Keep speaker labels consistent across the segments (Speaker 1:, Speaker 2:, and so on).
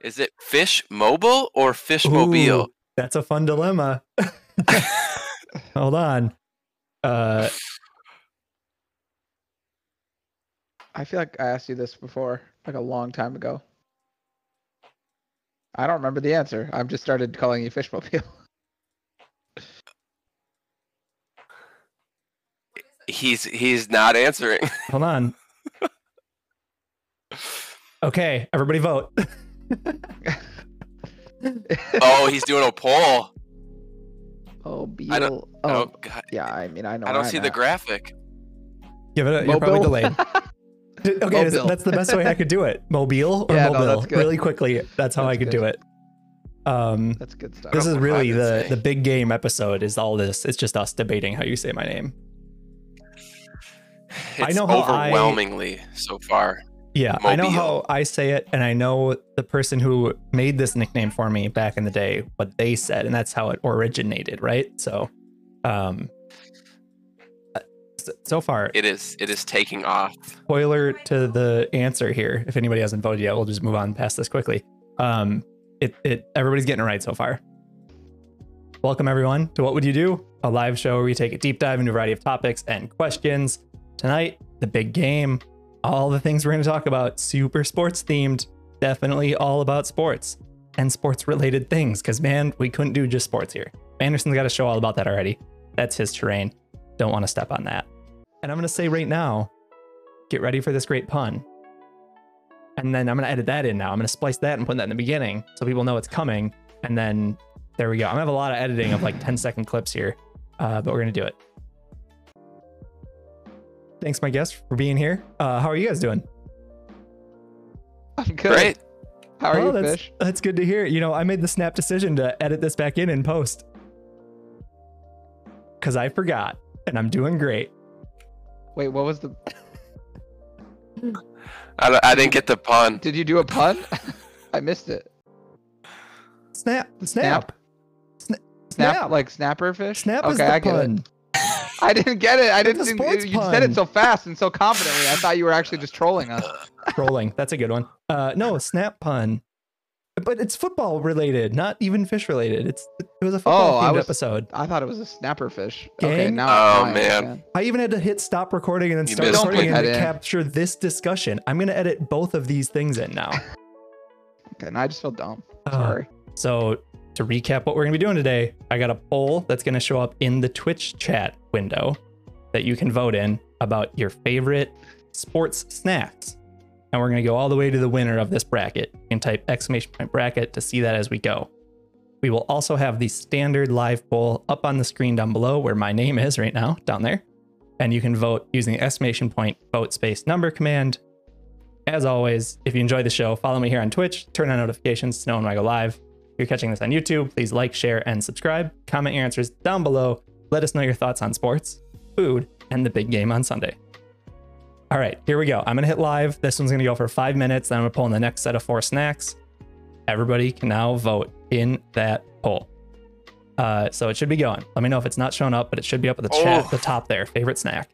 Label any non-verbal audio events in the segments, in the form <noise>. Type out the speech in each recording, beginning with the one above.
Speaker 1: Is it Fish Mobile or Fish Mobile?
Speaker 2: Ooh, that's a fun dilemma. Hold on. Uh,
Speaker 3: I feel like I asked you this before, like a long time ago. I don't remember the answer. I've just started calling you Fishmobile. <laughs>
Speaker 1: He's he's not answering. <laughs>
Speaker 2: Hold on. Okay, everybody vote.
Speaker 1: Oh, he's doing a poll.
Speaker 3: oh, Beal.
Speaker 1: I don't-
Speaker 3: oh,
Speaker 1: Oh, God.
Speaker 3: yeah. I mean, I know.
Speaker 1: I don't see the
Speaker 3: graph.
Speaker 1: graphic.
Speaker 2: Give it. A, you're probably
Speaker 3: Mobile?
Speaker 2: delayed. D- Okay, that's-
Speaker 3: Mobile.
Speaker 2: that's the best way I could do
Speaker 3: <laughs>
Speaker 2: it. Mobile or
Speaker 3: Yeah, no,
Speaker 2: mobile,
Speaker 3: that's good.
Speaker 2: really quickly. That's how
Speaker 3: That's
Speaker 2: I could
Speaker 3: good.
Speaker 2: do it. Um,
Speaker 3: <laughs> That's good stuff.
Speaker 2: this
Speaker 1: don't
Speaker 2: is
Speaker 1: know what I
Speaker 2: really
Speaker 1: would
Speaker 2: the
Speaker 1: say.
Speaker 2: the big game episode. Is all this? It's just us debating how you say my name.
Speaker 1: It's
Speaker 2: I know how I-
Speaker 1: overwhelmingly so far.
Speaker 2: Yeah, I know
Speaker 1: Mobile.
Speaker 2: how I say it, and I know the person who made this nickname for me back in the day what they said, and that's how it originated, right? So, um, uh, so- so far,
Speaker 1: It is it is taking off.
Speaker 2: spoiler to the answer here. If anybody hasn't voted yet, we'll just move on past this quickly. Um, it, it everybody's getting it right so far. Welcome everyone to What Would You Do? A live show where we take a deep dive into a variety of topics and questions. Tonight, the big game, all the things we're going to talk about, super sports themed, definitely all about sports and sports related things. Because man, we couldn't do just sports here. Anderson's got a show all about that already. That's his terrain. Don't want to step on that. And I'm going to say right now, get ready for this great pun. And then I'm gonna edit that in now. I'm gonna splice that and put that in the beginning so people know it's coming. And then there we go. I'm gonna have a lot of editing of like <laughs> 10 second clips here, uh, but we're gonna do it. Thanks, my guest, for being here. Uh, how are you guys doing?
Speaker 3: I'm good.
Speaker 1: Great.
Speaker 3: How are
Speaker 2: Oh,
Speaker 3: you,
Speaker 2: that's,
Speaker 3: Fish?
Speaker 2: That's good to hear. You know, I made the snap decision to edit this back in and post because I forgot, and I'm doing great.
Speaker 3: Wait, what was the?
Speaker 1: I, don't- I didn't get the pun.
Speaker 3: Did you do
Speaker 2: <laughs>
Speaker 3: a pun? <laughs> I missed it.
Speaker 2: Snap, snap,
Speaker 3: Snap?
Speaker 2: Sna-
Speaker 3: Snap, like snapper fish.
Speaker 2: snap
Speaker 3: okay,
Speaker 2: is the
Speaker 3: I get
Speaker 2: pun.
Speaker 3: it. I didn't get it. I didn't.
Speaker 2: It's a
Speaker 3: think-
Speaker 2: sports
Speaker 3: you said
Speaker 2: pun.
Speaker 3: it so fast and so confidently. I thought you were actually just trolling us.
Speaker 2: Rolling. That's a good one. Uh, no, snap pun. But it's football related, not even fish related. It's it was a
Speaker 3: Oh,
Speaker 2: football
Speaker 3: I
Speaker 2: themed
Speaker 3: was-
Speaker 2: episode.
Speaker 3: I thought it was a snapper fish. Okay,
Speaker 2: Gang?
Speaker 3: now.
Speaker 1: Oh,
Speaker 3: now I
Speaker 1: man.
Speaker 3: understand.
Speaker 2: I even had to hit stop recording and then
Speaker 1: You
Speaker 2: start
Speaker 1: missed
Speaker 2: recording
Speaker 1: it.
Speaker 2: and
Speaker 3: Don't put that in.
Speaker 2: capture this discussion. I'm gonna edit both of these things in
Speaker 3: <laughs>
Speaker 2: now.
Speaker 3: Okay, now I just feel dumb.
Speaker 2: Uh,
Speaker 3: Sorry.
Speaker 2: So to recap what we're gonna be doing today, I got a poll that's gonna show up in the Twitch chat window that you can vote in about your favorite sports snacks. And we're gonna go all the way to the winner of this bracket. You can type exclamation point bracket to see that as we go. We will also have the standard live poll up on the screen down below where my name is right now, down there. And you can vote using the exclamation point vote space number command as always, if you enjoy the show, follow me here on Twitch, turn on notifications to know when I go live. If you're catching this on YouTube, please like, share, and subscribe. Comment your answers down below. Let us know your thoughts on sports, food, and the big game on Sunday. All right, here we go. I'm going to hit live. This one's going to go for five minutes. Then I'm going to pull in the next set of four snacks. Everybody can now vote in that poll. Uh, so it should be going. Let me know if it's not showing up, but it should be up at the chat
Speaker 1: Oh.
Speaker 2: at the top there. Favorite snack.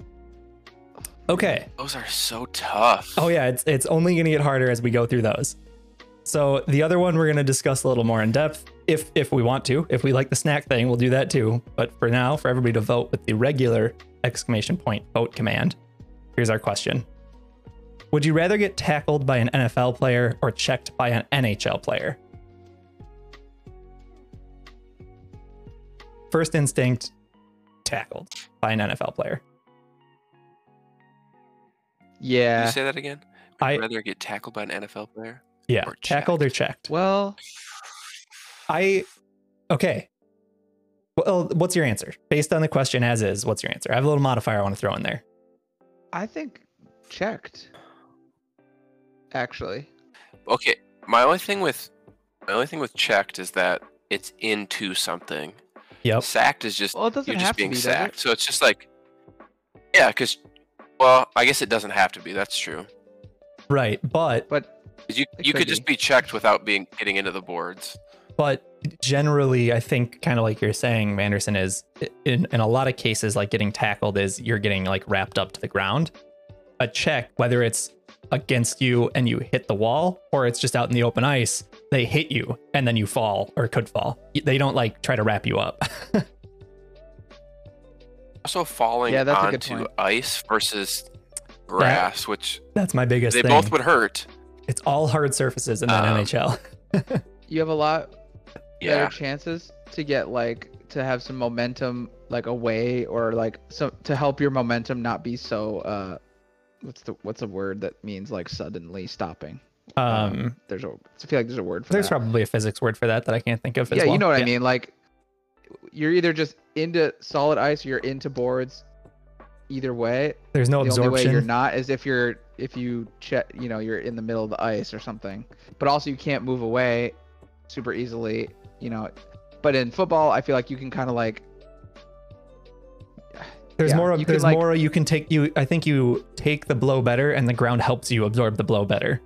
Speaker 2: Okay.
Speaker 1: Those are so tough.
Speaker 2: Oh yeah, it's it's only going to get harder as we go through those. So the other one we're going to discuss a little more in depth if if we want to. If we like the snack thing, we'll do that too. But for now, for everybody to vote with the regular exclamation point vote command. Here's our question. Would you rather get tackled by an NFL player or checked by an NHL player? First instinct, tackled by an NFL player.
Speaker 1: Did
Speaker 3: Yeah.
Speaker 1: you say that again? Would
Speaker 2: I
Speaker 1: you rather get tackled by an NFL player?
Speaker 2: yeah,
Speaker 1: Or
Speaker 2: tackled or checked.
Speaker 3: Well,
Speaker 2: I okay. Well, what's your answer? Based on the question as is, what's your answer? I have a little modifier I want to throw in there.
Speaker 3: I think checked. Actually,
Speaker 1: Okay. My only thing with my only thing with checked is that it's into something.
Speaker 2: Yep.
Speaker 1: Sacked is just
Speaker 3: well, it doesn't
Speaker 1: you're
Speaker 3: have
Speaker 1: just
Speaker 3: to be
Speaker 1: being
Speaker 3: does it?
Speaker 1: sacked. So it's just like Yeah, because well, I guess it doesn't have to be. That's true.
Speaker 2: Right. But
Speaker 3: But
Speaker 1: 'Cause You
Speaker 3: It
Speaker 1: you
Speaker 3: could
Speaker 1: could just be checked without being getting into the boards.
Speaker 2: but generally, I think kind of like you're saying, Manderson is in in a lot of cases like getting tackled is you're getting like wrapped up to the ground. A check, whether it's against you and you hit the wall, or it's just out in the open ice. They hit you and then you fall or could fall. They don't like try to wrap you up. <laughs>
Speaker 1: Also, falling
Speaker 3: Yeah, that's a good
Speaker 1: onto
Speaker 3: point.
Speaker 1: ice versus grass, which
Speaker 2: That's my biggest
Speaker 1: they
Speaker 2: thing.
Speaker 1: both would hurt.
Speaker 2: It's all hard surfaces in that
Speaker 1: Um,
Speaker 2: NHL.
Speaker 3: You have a lot
Speaker 1: Yeah.
Speaker 3: better chances to get like to have some momentum like away or like so to help your momentum not be so uh what's the what's a word that means like suddenly stopping
Speaker 2: Um,
Speaker 3: there's a i feel like there's a word for
Speaker 2: there's
Speaker 3: that
Speaker 2: probably a physics word for that that I can't think of. as
Speaker 3: yeah
Speaker 2: well.
Speaker 3: you know what i mean like you're either just into solid ice or you're into boards either way
Speaker 2: There's no
Speaker 3: the only way
Speaker 2: absorption.
Speaker 3: you're not is if you're if you check you know you're in the middle of the ice or something but also you can't move away super easily you know but in football i feel like you can kind of like
Speaker 2: there's
Speaker 3: yeah,
Speaker 2: more. Of,
Speaker 3: you can,
Speaker 2: there's
Speaker 3: like-
Speaker 2: more. You can take you. I think you take the blow better, and the ground helps you absorb the blow better.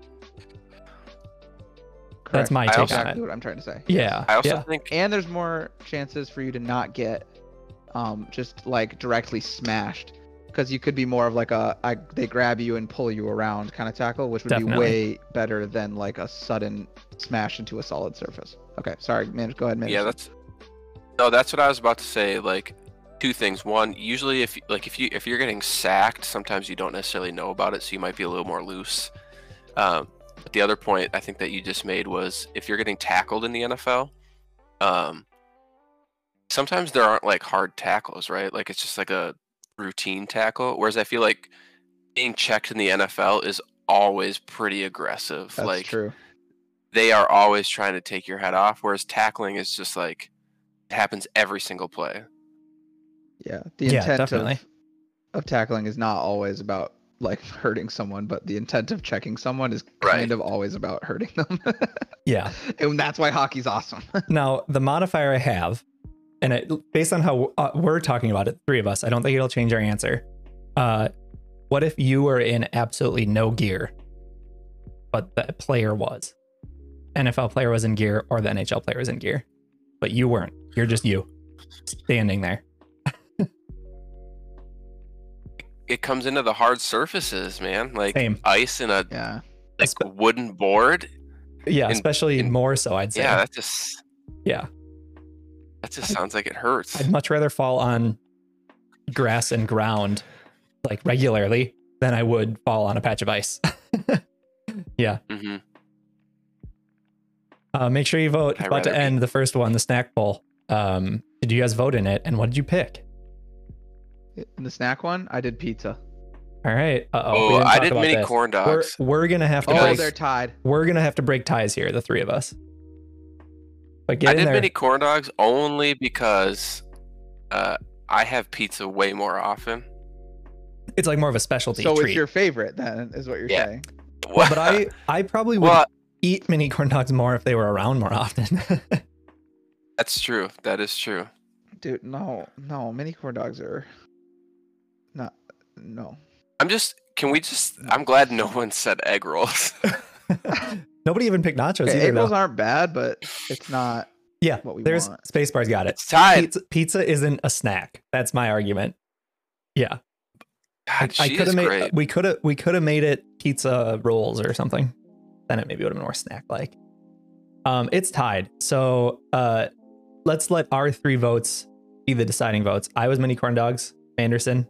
Speaker 2: That's
Speaker 3: correct
Speaker 2: my
Speaker 1: I
Speaker 2: take
Speaker 1: also-
Speaker 2: on it.
Speaker 3: exactly what i'm trying to say
Speaker 2: Yeah.
Speaker 1: I also
Speaker 2: yeah.
Speaker 1: think
Speaker 3: and there's more chances for you to not get um just like directly smashed because you could be more of like a I, they grab you and pull you around kind of tackle which would
Speaker 2: Definitely.
Speaker 3: be way better than like a sudden smash into a solid surface okay sorry man go ahead man
Speaker 1: yeah, that's no, that's what I was about to say. Like two things. One, usually if like if you if you're getting sacked, sometimes you don't necessarily know about it, so you might be a little more loose. Um, but the other point I think that you just made was if you're getting tackled in the NFL, um, sometimes there aren't like hard tackles, right? Like it's just like a routine tackle. Whereas I feel like being checked in the NFL is always pretty aggressive.
Speaker 3: that's
Speaker 1: like
Speaker 3: true
Speaker 1: they are always trying to take your head off, whereas tackling is just like it happens every single play.
Speaker 3: Yeah, the
Speaker 2: Yeah,
Speaker 3: intent
Speaker 2: definitely.
Speaker 3: of, of tackling is not always about like <laughs> hurting someone, but the intent of checking someone is kind
Speaker 1: Right.
Speaker 3: of always about hurting them, <laughs>
Speaker 2: Yeah.
Speaker 3: and that's why hockey's awesome. <laughs>
Speaker 2: Now, the modifier I have, and it, based on how uh, we're talking about it, three of us, I don't think it'll change our answer. Uh, what if you were in absolutely no gear, but the player was? NFL player was in gear, or the NHL player was in gear, but you weren't. You're just you standing there.
Speaker 1: It comes into the hard surfaces, man. Like
Speaker 2: Same.
Speaker 1: ice in a
Speaker 3: yeah,
Speaker 1: like wooden board.
Speaker 2: Yeah,
Speaker 1: In-
Speaker 2: especially
Speaker 1: in-
Speaker 2: more so, I'd say.
Speaker 1: Yeah, that just
Speaker 2: Yeah.
Speaker 1: that just sounds like it hurts.
Speaker 2: I'd much rather fall on grass and ground like regularly than I would fall on a patch of ice.
Speaker 1: hmm
Speaker 2: Uh, make sure you vote. It's
Speaker 1: I'd
Speaker 2: about to
Speaker 1: rather be-
Speaker 2: end the first one, the snack bowl. Um, did you guys vote in it? And what did you pick?
Speaker 3: in the snack one, I did pizza.
Speaker 2: All right. Uh
Speaker 1: Oh, I did mini corn
Speaker 2: We're,
Speaker 1: dogs.
Speaker 2: we're gonna have to
Speaker 3: Oh,
Speaker 1: Nice.
Speaker 3: they're
Speaker 2: break.
Speaker 3: tied.
Speaker 2: We're gonna have to break ties here, the three of us. But get
Speaker 1: I
Speaker 2: in
Speaker 1: did
Speaker 2: there.
Speaker 1: mini corn dogs only because uh, I have pizza way more often.
Speaker 2: It's like more of a specialty
Speaker 3: so
Speaker 2: treat.
Speaker 3: it's your favorite then, is what you're
Speaker 1: Yeah.
Speaker 3: saying.
Speaker 2: <laughs> but I, I probably
Speaker 1: <laughs>
Speaker 2: would
Speaker 1: well,
Speaker 2: eat mini corn dogs more if they were around more often. <laughs>
Speaker 1: that's true. That is true.
Speaker 3: Dude, no, no, mini corn dogs are not. No,
Speaker 1: I'm just. Can we just?
Speaker 2: Mm.
Speaker 1: I'm glad no one said egg rolls. <laughs>
Speaker 2: Nobody even picked nachos
Speaker 3: okay,
Speaker 2: either.
Speaker 3: egg rolls
Speaker 2: Though.
Speaker 3: aren't bad, but
Speaker 2: <laughs>
Speaker 3: it's not.
Speaker 2: Yeah,
Speaker 3: what we
Speaker 2: there's
Speaker 3: want.
Speaker 2: Spacebar's got it.
Speaker 1: it's tied.
Speaker 2: Pizza, pizza isn't a snack. That's my argument. Yeah.
Speaker 1: God,
Speaker 2: I
Speaker 1: she
Speaker 2: could
Speaker 1: is
Speaker 2: have made uh,
Speaker 1: great.
Speaker 2: we could have we could have made it pizza rolls or something. Then it maybe would have been more snack like. Um, it's tied. So uh, let's let our three votes be the deciding votes. I was mini corn dogs. Anderson,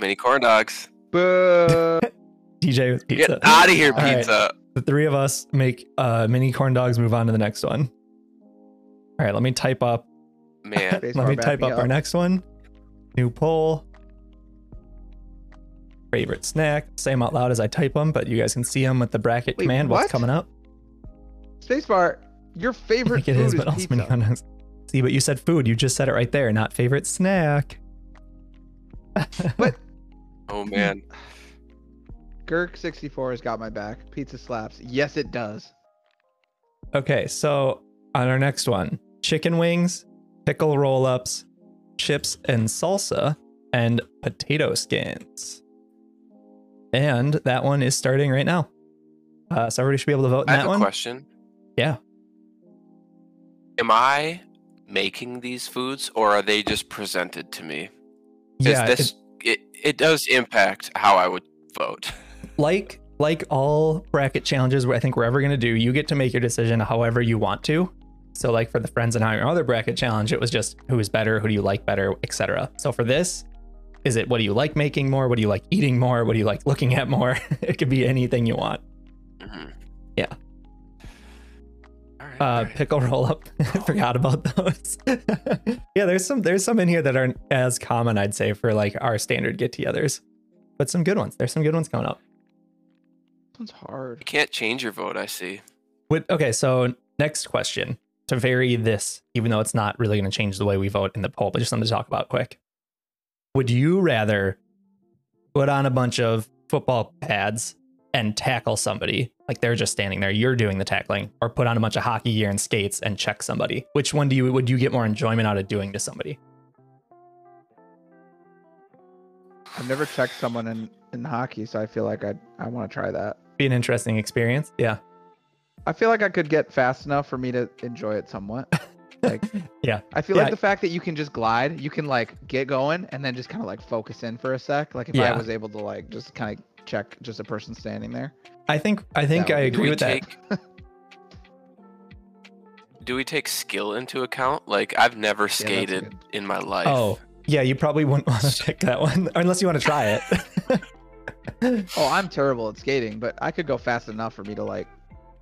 Speaker 1: Mini corn dogs.
Speaker 3: Boo!
Speaker 2: DJ was pizza.
Speaker 1: Get out of here,
Speaker 3: All right.
Speaker 1: pizza.
Speaker 2: The three of us make uh, mini corn dogs. Move on to the next one. All right, let me type up.
Speaker 3: <laughs>
Speaker 1: Man,
Speaker 2: let
Speaker 3: Spacebar
Speaker 2: me
Speaker 3: back
Speaker 2: type
Speaker 3: me
Speaker 2: up our
Speaker 3: up.
Speaker 2: next one. New poll. Favorite snack. Same out loud as I type them, but you guys can see them with the bracket
Speaker 3: Wait,
Speaker 2: command.
Speaker 3: what?
Speaker 2: What's coming up?
Speaker 3: Spacebar, your
Speaker 2: I
Speaker 3: favorite
Speaker 2: think it
Speaker 3: food
Speaker 2: is, but also
Speaker 3: pizza.
Speaker 2: many condoms. See, but you said food. You just said it right there. Not favorite snack.
Speaker 1: oh man.
Speaker 3: Girk64 has got my back. Pizza slaps. Yes, it does.
Speaker 2: Okay, so on our next one, chicken wings, pickle roll-ups, chips and salsa, and potato skins. And that one is starting right now. Uh, so everybody should be able to vote in
Speaker 1: I
Speaker 2: that
Speaker 1: have a
Speaker 2: one.
Speaker 1: question.
Speaker 2: Yeah.
Speaker 1: Am I making these foods, or are they just presented to me? Is
Speaker 2: Yeah,
Speaker 1: this
Speaker 2: it-
Speaker 1: it, it does impact how I would vote. <laughs>
Speaker 2: like like all bracket challenges, where I think we're ever gonna do, you get to make your decision however you want to. So, like for the friends and how your other bracket challenge, it was just who is better, who do you like better, etc. So for this, is it what do you like making more, what do you like eating more, what do you like looking at more? <laughs> it could be anything you want.
Speaker 1: Mhm.
Speaker 2: Yeah.
Speaker 1: All right, all
Speaker 2: Uh,
Speaker 1: right.
Speaker 2: pickle roll <laughs> up. Forgot about those. <laughs> yeah, there's some there's some in here that aren't as common, I'd say, for like our standard get-togethers, but some good ones. There's some good ones coming up.
Speaker 3: This one's hard.
Speaker 1: You can't change your vote. I see.
Speaker 2: With, okay, so next question to vary this, even though it's not really going to change the way we vote in the poll, but just something to talk about quick. Would you rather put on a bunch of football pads and tackle somebody, like they're just standing there, you're doing the tackling, or put on a bunch of hockey gear and skates and check somebody? Which one do you would you get more enjoyment out of doing to somebody?
Speaker 3: I've never checked someone in in hockey, so I feel like I I want to try that.
Speaker 2: Be an interesting experience. Yeah.
Speaker 3: I feel like I could get fast enough for me to enjoy it somewhat. Like,
Speaker 2: <laughs> Yeah.
Speaker 3: I feel
Speaker 2: Yeah.
Speaker 3: like the fact that you can just glide, you can like get going and then just kind of like focus in for a sec. Like if
Speaker 2: Yeah.
Speaker 3: I was able to like just kind of check just a person standing there.
Speaker 2: I think I think
Speaker 3: That
Speaker 2: I
Speaker 3: would be
Speaker 2: agree with that.
Speaker 1: that. <laughs> do we take skill into account? Like I've never
Speaker 3: that's
Speaker 1: skated
Speaker 3: good.
Speaker 1: in my life.
Speaker 2: Oh, yeah, you probably wouldn't <laughs> want to pick that one unless you want to try it. <laughs>
Speaker 3: Oh, I'm terrible at skating, but I could go fast enough for me to like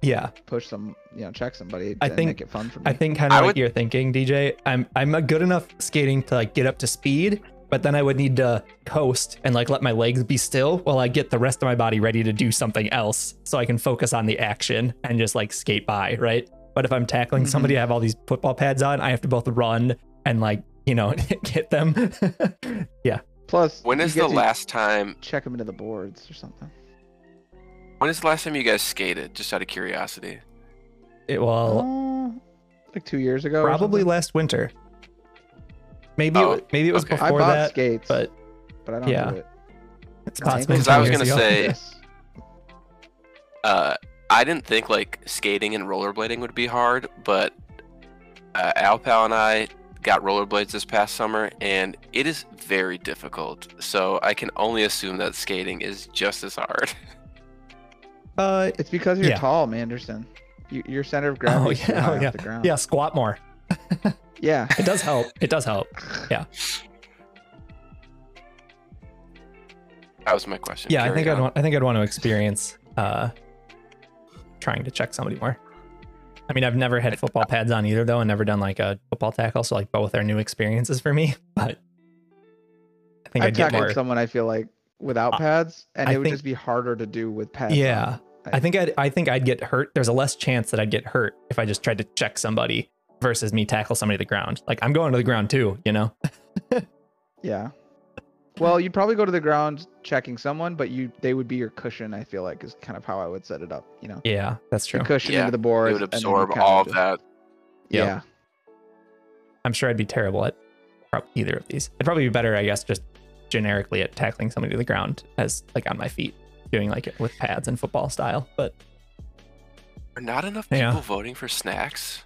Speaker 2: yeah.
Speaker 3: push some, you know, check somebody
Speaker 2: I
Speaker 3: and
Speaker 2: think-
Speaker 3: make it fun for me.
Speaker 2: I think kind of
Speaker 1: I
Speaker 2: like
Speaker 1: would-
Speaker 2: you're thinking, DJ. I'm I'm a good enough skating to like get up to speed, but then I would need to coast and like let my legs be still while I get the rest of my body ready to do something else, so I can focus on the action and just like skate by, right? But if I'm tackling
Speaker 1: Mm-hmm.
Speaker 2: somebody, I have all these football pads on. I have to both run and like you know <laughs> hit them. yeah,
Speaker 3: Plus,
Speaker 1: When
Speaker 3: you
Speaker 1: is
Speaker 3: get
Speaker 1: the
Speaker 3: to
Speaker 1: last time?
Speaker 3: check them into the boards or something?
Speaker 1: When is the last time you guys skated? Just out of curiosity.
Speaker 2: it will
Speaker 3: Uh, like two years ago. or
Speaker 2: probably
Speaker 3: something.
Speaker 2: last winter. Maybe it,
Speaker 1: Oh,
Speaker 2: wa- maybe it was
Speaker 1: okay. I
Speaker 3: I
Speaker 2: before
Speaker 3: bought
Speaker 2: that,
Speaker 3: skates, but,
Speaker 2: but
Speaker 3: I don't
Speaker 2: yeah.
Speaker 3: do it.
Speaker 2: it's possible.
Speaker 1: Because
Speaker 2: ten
Speaker 1: I was
Speaker 2: years
Speaker 1: gonna
Speaker 2: ago.
Speaker 1: say-
Speaker 3: Yes.
Speaker 1: Uh, I didn't think like skating and rollerblading would be hard, but uh, Alpal and I got rollerblades this past summer, and it is very difficult. So I can only assume that skating is just as hard. <laughs>
Speaker 2: Uh,
Speaker 3: It's because you're
Speaker 2: Yeah.
Speaker 3: tall, Manderson. You, your center of gravity
Speaker 2: <laughs> oh
Speaker 3: is too
Speaker 2: yeah,
Speaker 3: high
Speaker 2: oh,
Speaker 3: off
Speaker 2: yeah,
Speaker 3: the ground.
Speaker 2: yeah. Squat more.
Speaker 3: Yeah.
Speaker 2: It does help. It does help.
Speaker 1: That was my question.
Speaker 2: Yeah, I
Speaker 1: Carry
Speaker 2: think I'd
Speaker 1: on.
Speaker 2: want. I think I'd want to experience uh, trying to check somebody more. I mean, I've never had football pads on either, though, and never done like a football tackle. So like both are new experiences for me. <laughs> But I think
Speaker 3: I
Speaker 2: I'd get
Speaker 3: tackled
Speaker 2: more.
Speaker 3: someone I feel like without
Speaker 2: I-
Speaker 3: pads, and
Speaker 2: I
Speaker 3: it would
Speaker 2: think-
Speaker 3: just be harder to do with pads. on.
Speaker 2: Yeah, I think I'd. I think I'd get hurt. There's a less chance that I'd get hurt if I just tried to check somebody versus me tackle somebody to the ground. Like I'm going to the ground too, you know.
Speaker 3: Yeah. Well, you'd probably go to the ground checking someone, but you they would be your cushion. I feel like is kind of how I would set it up. You know,
Speaker 2: Yeah, that's true.
Speaker 3: your cushion
Speaker 1: Yeah,
Speaker 3: into the board.
Speaker 1: It would absorb all of that.
Speaker 2: Yeah.
Speaker 3: Yeah.
Speaker 2: I'm sure I'd be terrible at prob- either of these. I'd probably be better, I guess, just generically at tackling somebody to the ground as like on my feet, doing like it with pads and football style. But
Speaker 1: Are not enough people
Speaker 2: Yeah.
Speaker 1: voting for snacks?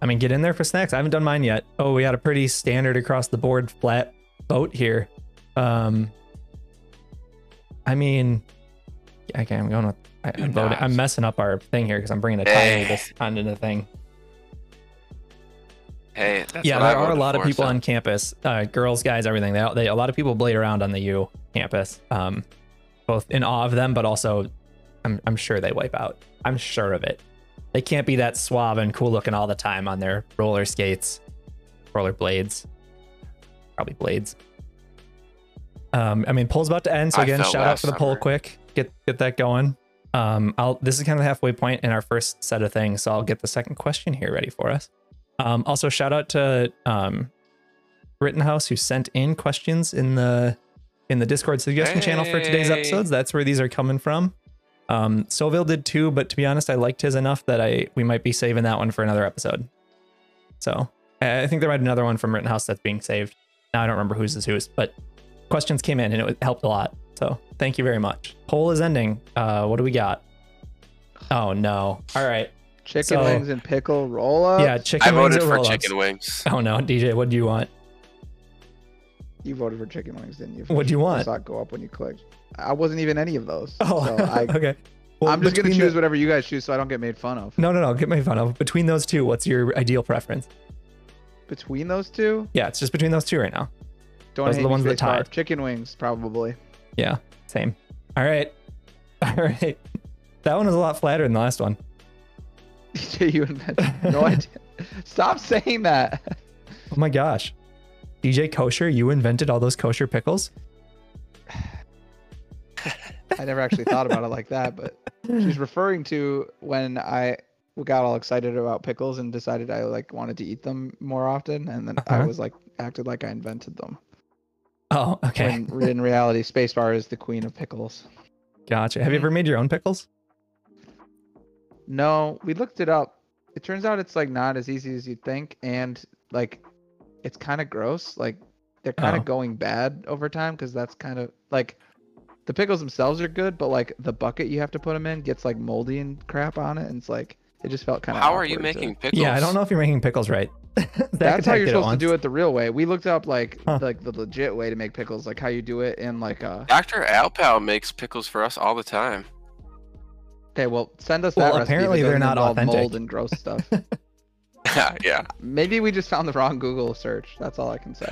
Speaker 2: I mean, get in there for snacks. I haven't done mine yet. Oh, we had a pretty standard across the board flat vote here. Um, I mean, okay, I'm going with. I,
Speaker 1: Do
Speaker 2: I'm, voting,
Speaker 1: not.
Speaker 2: I'm messing up our thing here because I'm bringing a tie
Speaker 1: Hey.
Speaker 2: into this onto the thing.
Speaker 1: Hey, that's
Speaker 2: yeah,
Speaker 1: what I
Speaker 2: there are a
Speaker 1: voted
Speaker 2: lot of
Speaker 1: for,
Speaker 2: people
Speaker 1: so-
Speaker 2: on campus, uh, girls, guys, everything. They, all- they a lot of people blade around on the U campus, um, both in awe of them, but also, I'm I'm sure they wipe out. I'm sure of it. They can't be that suave and cool looking all the time on their roller skates, roller blades, probably blades. Um, I mean, poll's about to end, so
Speaker 1: I
Speaker 2: again,
Speaker 1: felt
Speaker 2: shout out
Speaker 1: last
Speaker 2: for the poll
Speaker 1: summer.
Speaker 2: quick. Get get that going. Um, I'll this is kind of the halfway point in our first set of things, so I'll get the second question here ready for us. Um, also, shout out to um, Rittenhouse who sent in questions in the in the Discord suggestion channel for today's
Speaker 1: Hey.
Speaker 2: episodes. That's where these are coming from. Um, Soville did too, but to be honest, I liked his enough that I we might be saving that one for another episode. So I I think there might be another one from Rittenhouse that's being saved. Now I don't remember whose is whose, but questions came in and it helped a lot. So thank you very much. Poll is ending. Uh, what do we got? Oh no! All right,
Speaker 3: Chicken
Speaker 2: So-
Speaker 3: wings and pickle roll up.
Speaker 2: yeah,
Speaker 1: I
Speaker 2: chicken wings
Speaker 1: voted
Speaker 2: or <laughs> Oh,
Speaker 1: for
Speaker 2: roll-ups.
Speaker 1: chicken wings.
Speaker 2: Oh no, DJ, what do you want?
Speaker 3: You voted for chicken wings, didn't you?
Speaker 2: What do you
Speaker 3: I
Speaker 2: want?
Speaker 3: saw it go up when you clicked. I wasn't even any of those.
Speaker 2: <laughs> Oh,
Speaker 3: so I,
Speaker 2: okay. Well,
Speaker 3: I'm just gonna
Speaker 2: between the-
Speaker 3: choose whatever you guys choose, so I don't get made fun of.
Speaker 2: No, no, no. Get my fun of. Between those two, what's your ideal preference?
Speaker 3: Between those two,
Speaker 2: Yeah, it's just between those two right now.
Speaker 3: don't
Speaker 2: Those are
Speaker 3: hate
Speaker 2: the
Speaker 3: me,
Speaker 2: ones that
Speaker 3: space bar.
Speaker 2: tied.
Speaker 3: Chicken wings, probably. <laughs>
Speaker 2: Yeah, same. All right. <laughs> All right. That one was a lot flatter than the last one.
Speaker 3: DJ, you
Speaker 2: <laughs>
Speaker 3: invented. No, I didn't. Stop saying that.
Speaker 2: Oh my gosh. DJ Kosher, you invented all those kosher pickles?
Speaker 3: I never actually thought about it like that, but
Speaker 2: <laughs>
Speaker 3: she's referring to when I got all excited about pickles and decided I like wanted to eat them more often, and then I
Speaker 2: Uh-huh.
Speaker 3: was like acted like I invented them.
Speaker 2: Oh, okay.
Speaker 3: When in reality, spacebar is the queen of pickles.
Speaker 2: Gotcha. Have you ever made your own pickles?
Speaker 3: No, we looked it up. It turns out it's like not as easy as you'd think, and like it's kind of gross. Like they're kind
Speaker 2: Oh.
Speaker 3: of going bad over time because that's kind of like the pickles themselves are good, but like the bucket you have to put them in gets like moldy and crap on it, and it's like it just felt kind of.
Speaker 1: How are you making pickles?
Speaker 2: Yeah, I don't know if you're making pickles right. <laughs> Zach
Speaker 3: That's how
Speaker 2: Attack
Speaker 3: you're
Speaker 2: did
Speaker 3: supposed to
Speaker 2: once.
Speaker 3: do it the real way. We looked up like
Speaker 2: Huh.
Speaker 3: like the legit way to make pickles, like how you do it in like uh
Speaker 1: Dr. Alpow makes pickles for us all the time.
Speaker 3: okay, well send us that.
Speaker 2: Well,
Speaker 3: recipe if it
Speaker 2: apparently they're
Speaker 3: doesn't
Speaker 2: not
Speaker 3: involve
Speaker 2: authentic.
Speaker 3: Mold and gross
Speaker 2: <laughs>
Speaker 3: stuff.
Speaker 1: yeah.
Speaker 3: Maybe we just found the wrong Google search. That's all I can say.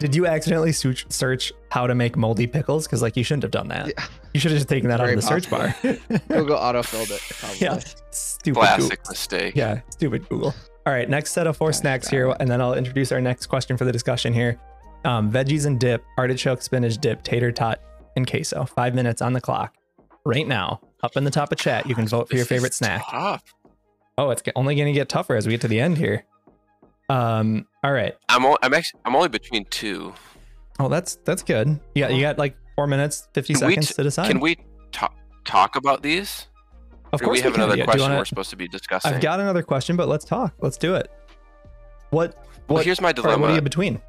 Speaker 2: Did you accidentally search, search how to make moldy pickles? Because like you shouldn't have done that.
Speaker 3: Yeah.
Speaker 2: You should have just taken that out of
Speaker 3: Very
Speaker 2: the search bar. <laughs>
Speaker 3: Google autofilled it. Probably. <laughs>
Speaker 2: yeah, stupid. Google.
Speaker 1: Classic mistake.
Speaker 2: Yeah, stupid Google. All right, next set of four
Speaker 3: Gosh
Speaker 2: snacks
Speaker 3: darn
Speaker 2: here,
Speaker 3: it.
Speaker 2: and then I'll introduce our next question for the discussion here. Um, veggies and dip, artichoke, spinach dip, tater tot, and queso. Five minutes on the clock. Right now, up in the top of chat, you can vote for your
Speaker 1: This is
Speaker 2: favorite snack.
Speaker 1: tough.
Speaker 2: Oh, it's only going to get tougher as we get to the end here. Um, all right.
Speaker 1: I'm, o- I'm actually I'm only between two.
Speaker 2: Oh, that's that's good. Yeah, you got like four minutes, fifty
Speaker 1: Can we
Speaker 2: seconds
Speaker 1: t-
Speaker 2: to decide.
Speaker 1: Can we talk talk about these?
Speaker 2: of
Speaker 1: Or do
Speaker 2: course,
Speaker 1: we have
Speaker 2: can.
Speaker 1: another
Speaker 2: Yeah, do you
Speaker 1: question
Speaker 2: wanna-
Speaker 1: we're supposed to be discussing.
Speaker 2: I've got another question, but let's talk. Let's do it. What?
Speaker 1: well,
Speaker 2: What?
Speaker 1: here's my
Speaker 2: or
Speaker 1: dilemma.
Speaker 2: what are you between?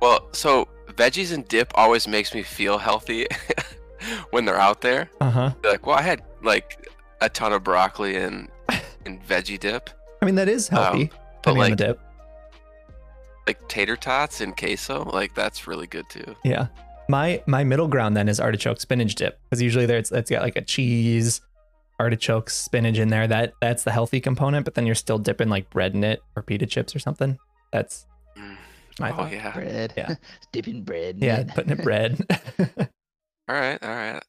Speaker 1: Well, so veggies and dip always makes me feel healthy <laughs> when they're out there.
Speaker 2: Uh huh.
Speaker 1: Be like, well, I had like a ton of broccoli
Speaker 2: <laughs>
Speaker 1: and and veggie dip,
Speaker 2: I mean, that is healthy.
Speaker 1: but
Speaker 2: depending on
Speaker 1: like
Speaker 2: the dip.
Speaker 1: like tater tots and queso, like that's really good too.
Speaker 2: Yeah. My my middle ground then is artichoke spinach dip because usually there it's, it's got like a cheese, artichoke spinach in there. That that's the healthy component, but then you're still dipping like bread in it or pita chips or something. That's
Speaker 1: Mm.
Speaker 2: my
Speaker 1: oh
Speaker 2: thought. Yeah,
Speaker 1: yeah.
Speaker 3: Bread.
Speaker 2: Yeah.
Speaker 3: <laughs> Dipping bread. in it.
Speaker 2: putting it bread. <laughs>
Speaker 1: All right, all right.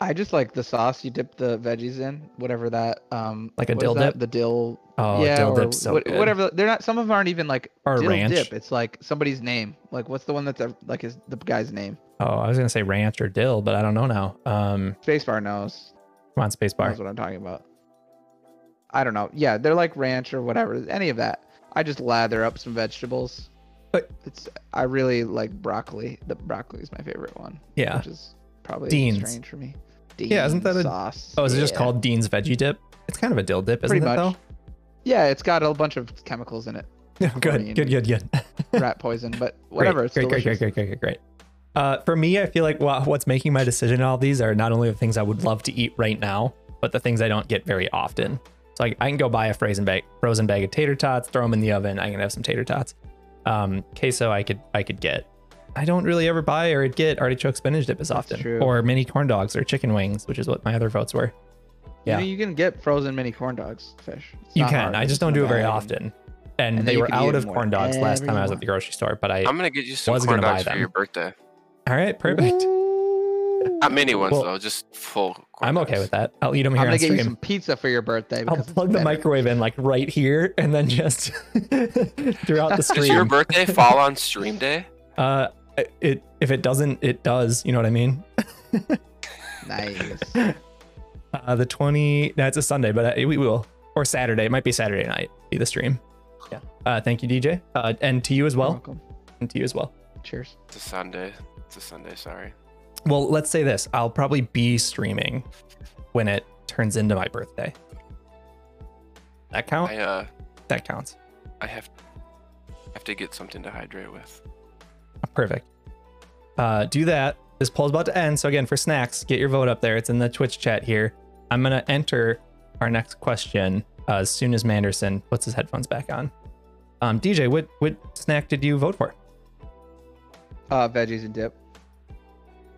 Speaker 3: I just like the sauce you dip the veggies in, whatever that um
Speaker 2: Like a
Speaker 3: what is
Speaker 2: dill
Speaker 3: that?
Speaker 2: dip?
Speaker 3: The dill.
Speaker 2: oh,
Speaker 3: yeah,
Speaker 2: dill
Speaker 3: or
Speaker 2: dip's so
Speaker 3: what-
Speaker 2: good.
Speaker 3: whatever. They're not. Some of them aren't even like
Speaker 2: Or
Speaker 3: dill
Speaker 2: ranch.
Speaker 3: dip. It's like somebody's name. Like what's the one that's ev- like is the guy's name?
Speaker 2: Oh, I was gonna say ranch or dill, but I don't know now. Um,
Speaker 3: Spacebar knows.
Speaker 2: come on, space bar.
Speaker 3: That's what I'm talking about. I don't know. Yeah, they're like ranch or whatever. Any of that. I just lather up some vegetables.
Speaker 2: But-
Speaker 3: it's I really like broccoli. The broccoli is my favorite one.
Speaker 2: Yeah.
Speaker 3: <laughs> which is probably
Speaker 2: Dean's.
Speaker 3: strange for me. Dean
Speaker 2: Yeah, isn't that a-
Speaker 3: sauce?
Speaker 2: Oh, is it just
Speaker 3: Yeah.
Speaker 2: called Dean's veggie dip? It's kind of a dill dip, isn't
Speaker 3: Pretty
Speaker 2: it
Speaker 3: much.
Speaker 2: though? <laughs>
Speaker 3: Yeah, it's got a bunch of chemicals in it,
Speaker 2: good, good, good, good.
Speaker 3: rat poison, but whatever. it's
Speaker 2: Great, great, great, great,
Speaker 3: delicious.
Speaker 2: great, great, great. Uh, for me, I feel like wow, what's making my decision on all these are not only the things I would love to eat right now, but the things I don't get very often. So I, I can go buy a frozen bag, frozen bag of tater tots, throw them in the oven. I can have some tater tots. Um, queso, I could, I could get. I don't really ever buy or get artichoke spinach dip as
Speaker 3: That's
Speaker 2: often,
Speaker 3: true.
Speaker 2: or mini corn dogs or chicken wings, which is what my other votes were. Yeah.
Speaker 3: You, know, you can get frozen mini corn dogs, fish. It's
Speaker 2: you
Speaker 3: not
Speaker 2: can.
Speaker 3: hard.
Speaker 2: I
Speaker 3: It's
Speaker 2: just
Speaker 3: in
Speaker 2: don't
Speaker 3: a
Speaker 2: do it very
Speaker 3: bag and-
Speaker 2: often. And,
Speaker 3: and then
Speaker 2: they
Speaker 3: you
Speaker 2: were
Speaker 3: can
Speaker 2: out
Speaker 3: eat it
Speaker 2: of
Speaker 3: more
Speaker 2: corn dogs last
Speaker 3: whenever
Speaker 2: time
Speaker 3: you
Speaker 2: I was at
Speaker 3: want.
Speaker 2: the grocery store, but I
Speaker 1: I'm gonna get you some
Speaker 2: was
Speaker 1: corn
Speaker 2: gonna buy
Speaker 1: dogs for
Speaker 2: them.
Speaker 1: your birthday.
Speaker 2: all right,
Speaker 3: <laughs>
Speaker 2: perfect.
Speaker 3: Ooh.
Speaker 1: Not mini ones
Speaker 2: Well,
Speaker 1: though, just full. Corn
Speaker 2: I'm okay
Speaker 1: dogs.
Speaker 2: with that. I'll eat them
Speaker 3: I'm
Speaker 2: here
Speaker 3: gonna
Speaker 2: on
Speaker 3: get you
Speaker 2: stream.
Speaker 3: some pizza for your birthday.
Speaker 2: I'll
Speaker 3: because it's
Speaker 2: plug the
Speaker 3: better.
Speaker 2: microwave in like right here <laughs> and then just throughout the
Speaker 1: Does your
Speaker 2: stream.
Speaker 1: birthday
Speaker 2: <laughs>
Speaker 1: fall on stream day?
Speaker 2: Uh, it if it doesn't, it does. You know what I mean? <laughs>
Speaker 3: Nice.
Speaker 2: Uh, the 20. That's a Sunday, but uh, we will or Saturday. It might be Saturday night. Be the stream. Yeah. Uh, thank you, DJ. Uh, and to you as
Speaker 3: Well,
Speaker 2: well. And to you as well.
Speaker 3: cheers.
Speaker 1: It's a Sunday. It's a Sunday. Sorry.
Speaker 2: Well, let's say this. I'll probably be streaming when it turns into my birthday. That count?
Speaker 1: I uh,
Speaker 2: that counts.
Speaker 1: I have have to get something to hydrate with.
Speaker 2: Perfect. Uh, do that. This poll's about to end. So again, for snacks, get your vote up there. It's in the Twitch chat here. I'm gonna enter our next question uh, as soon as Manderson puts his headphones back on. Um, DJ, what what snack did you vote for?
Speaker 3: Uh, veggies and dip.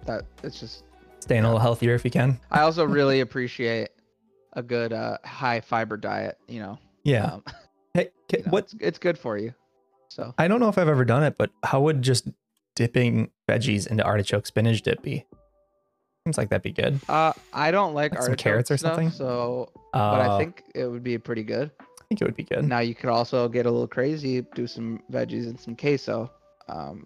Speaker 3: That it's just.
Speaker 2: Staying a little healthier if you can.
Speaker 3: I
Speaker 2: <laughs>
Speaker 3: also really appreciate a good uh, high fiber diet. You know.
Speaker 2: Yeah.
Speaker 3: Um, <laughs>
Speaker 2: Hey, ca-
Speaker 3: you know,
Speaker 2: what
Speaker 3: It's, it's good for you. So
Speaker 2: I don't know if I've ever done it, but how would just dipping veggies into artichoke spinach dip be? Seems like that'd be good.
Speaker 3: uh, I don't like
Speaker 2: Like some carrots
Speaker 3: artichoke
Speaker 2: or something?
Speaker 3: stuff, So,
Speaker 2: Uh,
Speaker 3: but I think it would be pretty good.
Speaker 2: I think it would be good.
Speaker 3: Now you could also get a little crazy, do some veggies and some queso. Um,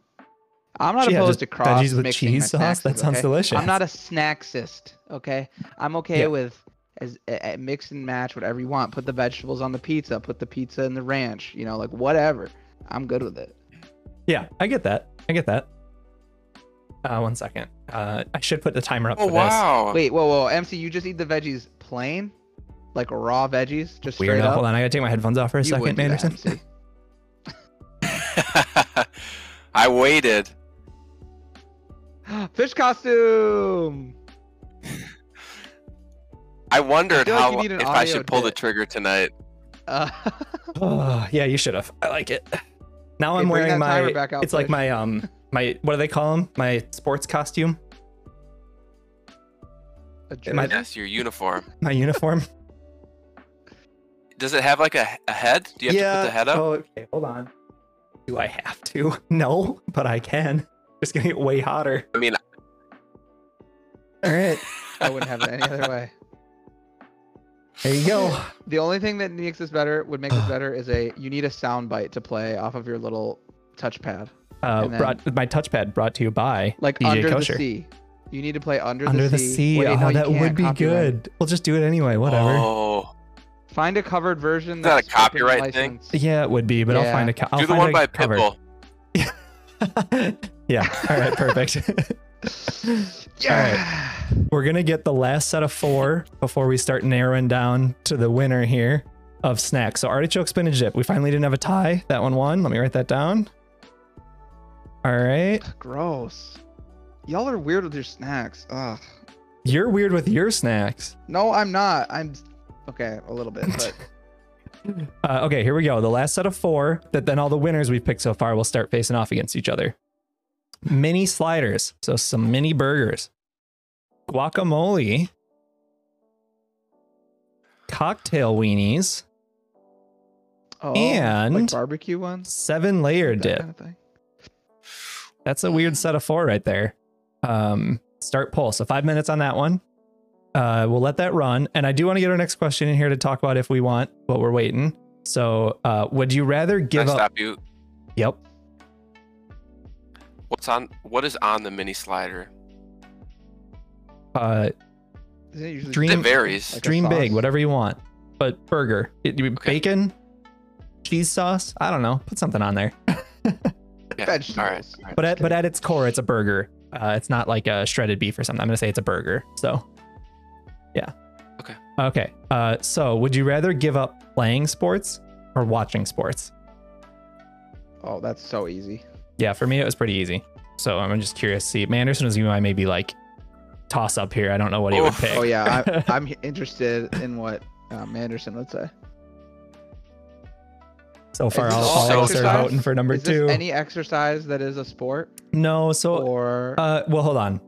Speaker 3: I'm not
Speaker 2: Yeah, just
Speaker 3: opposed to cross
Speaker 2: veggies with
Speaker 3: mixing my
Speaker 2: cheese sauce.
Speaker 3: snacks,
Speaker 2: That sounds
Speaker 3: okay?
Speaker 2: delicious.
Speaker 3: I'm not a snacksist. Okay, I'm okay
Speaker 2: Yeah.
Speaker 3: with as a, a mix and match whatever you want. Put the vegetables on the pizza. Put the pizza in the ranch. You know, like whatever. I'm good with it.
Speaker 2: Yeah, I get that. I get that. Uh, one second. Uh, I should put the timer up
Speaker 1: Oh
Speaker 2: for
Speaker 1: wow!
Speaker 3: Wait, whoa, whoa, MC, you just eat the veggies plain, like raw veggies, just
Speaker 2: this. Weird.
Speaker 3: straight up.
Speaker 2: Hold on, I gotta take my headphones off for a
Speaker 3: You
Speaker 2: second,
Speaker 3: wouldn't do that,
Speaker 2: Anderson.
Speaker 3: MC.
Speaker 1: <laughs> I waited.
Speaker 2: <laughs>
Speaker 3: <gasps> Fish costume.
Speaker 1: I wondered
Speaker 3: feel like
Speaker 1: how
Speaker 3: you need an
Speaker 1: if I
Speaker 3: audio
Speaker 1: should pull the
Speaker 3: bit.
Speaker 1: trigger tonight.
Speaker 3: Uh,
Speaker 2: Oh, yeah, you should have. I like it. Now
Speaker 3: Hey,
Speaker 2: I'm
Speaker 3: bring
Speaker 2: wearing
Speaker 3: that
Speaker 2: my.
Speaker 3: timer back out,
Speaker 2: it's like
Speaker 3: please.
Speaker 2: my um my what do they call them? My sports costume,
Speaker 3: a
Speaker 2: Am I-
Speaker 3: jersey?
Speaker 1: Yes, your uniform.
Speaker 2: my uniform.
Speaker 1: Does it have like a, a head? <laughs> Do you have to put the head up?
Speaker 2: Oh, okay, hold on. Do I have to? <laughs> No, but I can. It's gonna get way hotter.
Speaker 1: I mean,
Speaker 2: All right,
Speaker 3: I wouldn't have it any other way.
Speaker 2: there you
Speaker 3: <laughs>
Speaker 2: go.
Speaker 3: The only thing that makes this better
Speaker 2: <sighs>
Speaker 3: would make this better is a you need a sound bite to play off of your little touchpad,
Speaker 2: Uh,
Speaker 3: And then-
Speaker 2: brought my touchpad brought to you by
Speaker 3: like
Speaker 2: DJ
Speaker 3: under
Speaker 2: Kosher.
Speaker 3: the sea. You need to play under,
Speaker 2: Under
Speaker 3: the
Speaker 2: the
Speaker 3: sea.
Speaker 2: sea.
Speaker 3: Wait,
Speaker 2: oh,
Speaker 3: no, you
Speaker 2: that would
Speaker 3: can't.
Speaker 2: be
Speaker 3: Copyright.
Speaker 2: good. We'll just do it anyway. Whatever.
Speaker 1: Oh,
Speaker 3: Find a covered version.
Speaker 1: Is that a
Speaker 3: that's open
Speaker 1: copyright thing?
Speaker 2: <laughs>
Speaker 3: license.
Speaker 2: Yeah, it would be, but I'll
Speaker 3: Yeah.
Speaker 2: find a. Co- I'll
Speaker 1: do the
Speaker 2: find
Speaker 1: one
Speaker 2: a
Speaker 1: by
Speaker 2: cover.
Speaker 1: Pitbull.
Speaker 2: <laughs> yeah. All right. Perfect. <laughs>
Speaker 3: Yeah.
Speaker 2: We're gonna get the last set of four before we start narrowing down to the winner here of snacks. So artichoke spinach dip. We finally didn't have a tie. That one won. Let me write that down. All right.
Speaker 3: Gross. Y'all are weird with your snacks. Ugh.
Speaker 2: You're weird with your snacks.
Speaker 3: No, I'm not. I'm okay, a little bit, but
Speaker 2: Uh, okay, here we go. The last set of four that then all the winners we've picked so far will start facing off against each other. Mini sliders. So some mini burgers. Guacamole. Cocktail weenies.
Speaker 3: oh,
Speaker 2: And-
Speaker 3: like barbecue ones.
Speaker 2: Seven layer
Speaker 3: that
Speaker 2: dip.
Speaker 3: kind of thing.
Speaker 2: That's a weird set of four right there. Um, start poll. So five minutes on that one. Uh, we'll let that run. And I do want to get our next question in here to talk about if we want, but we're waiting. So uh, would you rather
Speaker 1: Can I
Speaker 2: give up?
Speaker 1: stop you?
Speaker 2: Yep.
Speaker 1: What's on? What is on the mini slider?
Speaker 2: Uh,
Speaker 3: Isn't it usually
Speaker 2: Dream-
Speaker 1: It varies.
Speaker 3: Like a
Speaker 2: Dream big,
Speaker 3: sauce?
Speaker 2: whatever you want. But burger, it, you-
Speaker 1: Okay.
Speaker 2: bacon, cheese sauce. I don't know. Put something on there.
Speaker 1: Yeah,
Speaker 3: vegetables?
Speaker 1: All right. all right.
Speaker 2: But at, but at its core, it's a burger. Uh, it's not like a shredded beef or something. I'm gonna say it's a burger. So, yeah.
Speaker 1: Okay.
Speaker 2: Okay. Uh, so would you rather give up playing sports or watching sports?
Speaker 3: Oh, that's so easy.
Speaker 2: Yeah, for me it was pretty easy. So I'm just curious. to See, Manderson was my maybe like toss up here. I don't know what he would
Speaker 1: Oh.
Speaker 2: pick.
Speaker 3: Oh yeah,
Speaker 2: <laughs>
Speaker 3: I'm, I'm h- interested in what um, Anderson would say.
Speaker 2: So far,
Speaker 3: this
Speaker 2: all,
Speaker 1: all
Speaker 2: all of us are
Speaker 1: exercise?
Speaker 2: voting for number
Speaker 3: Is this
Speaker 2: two.
Speaker 3: any Oh, exercise that is a sport
Speaker 2: no. So
Speaker 3: or
Speaker 2: Uh, well, hold on.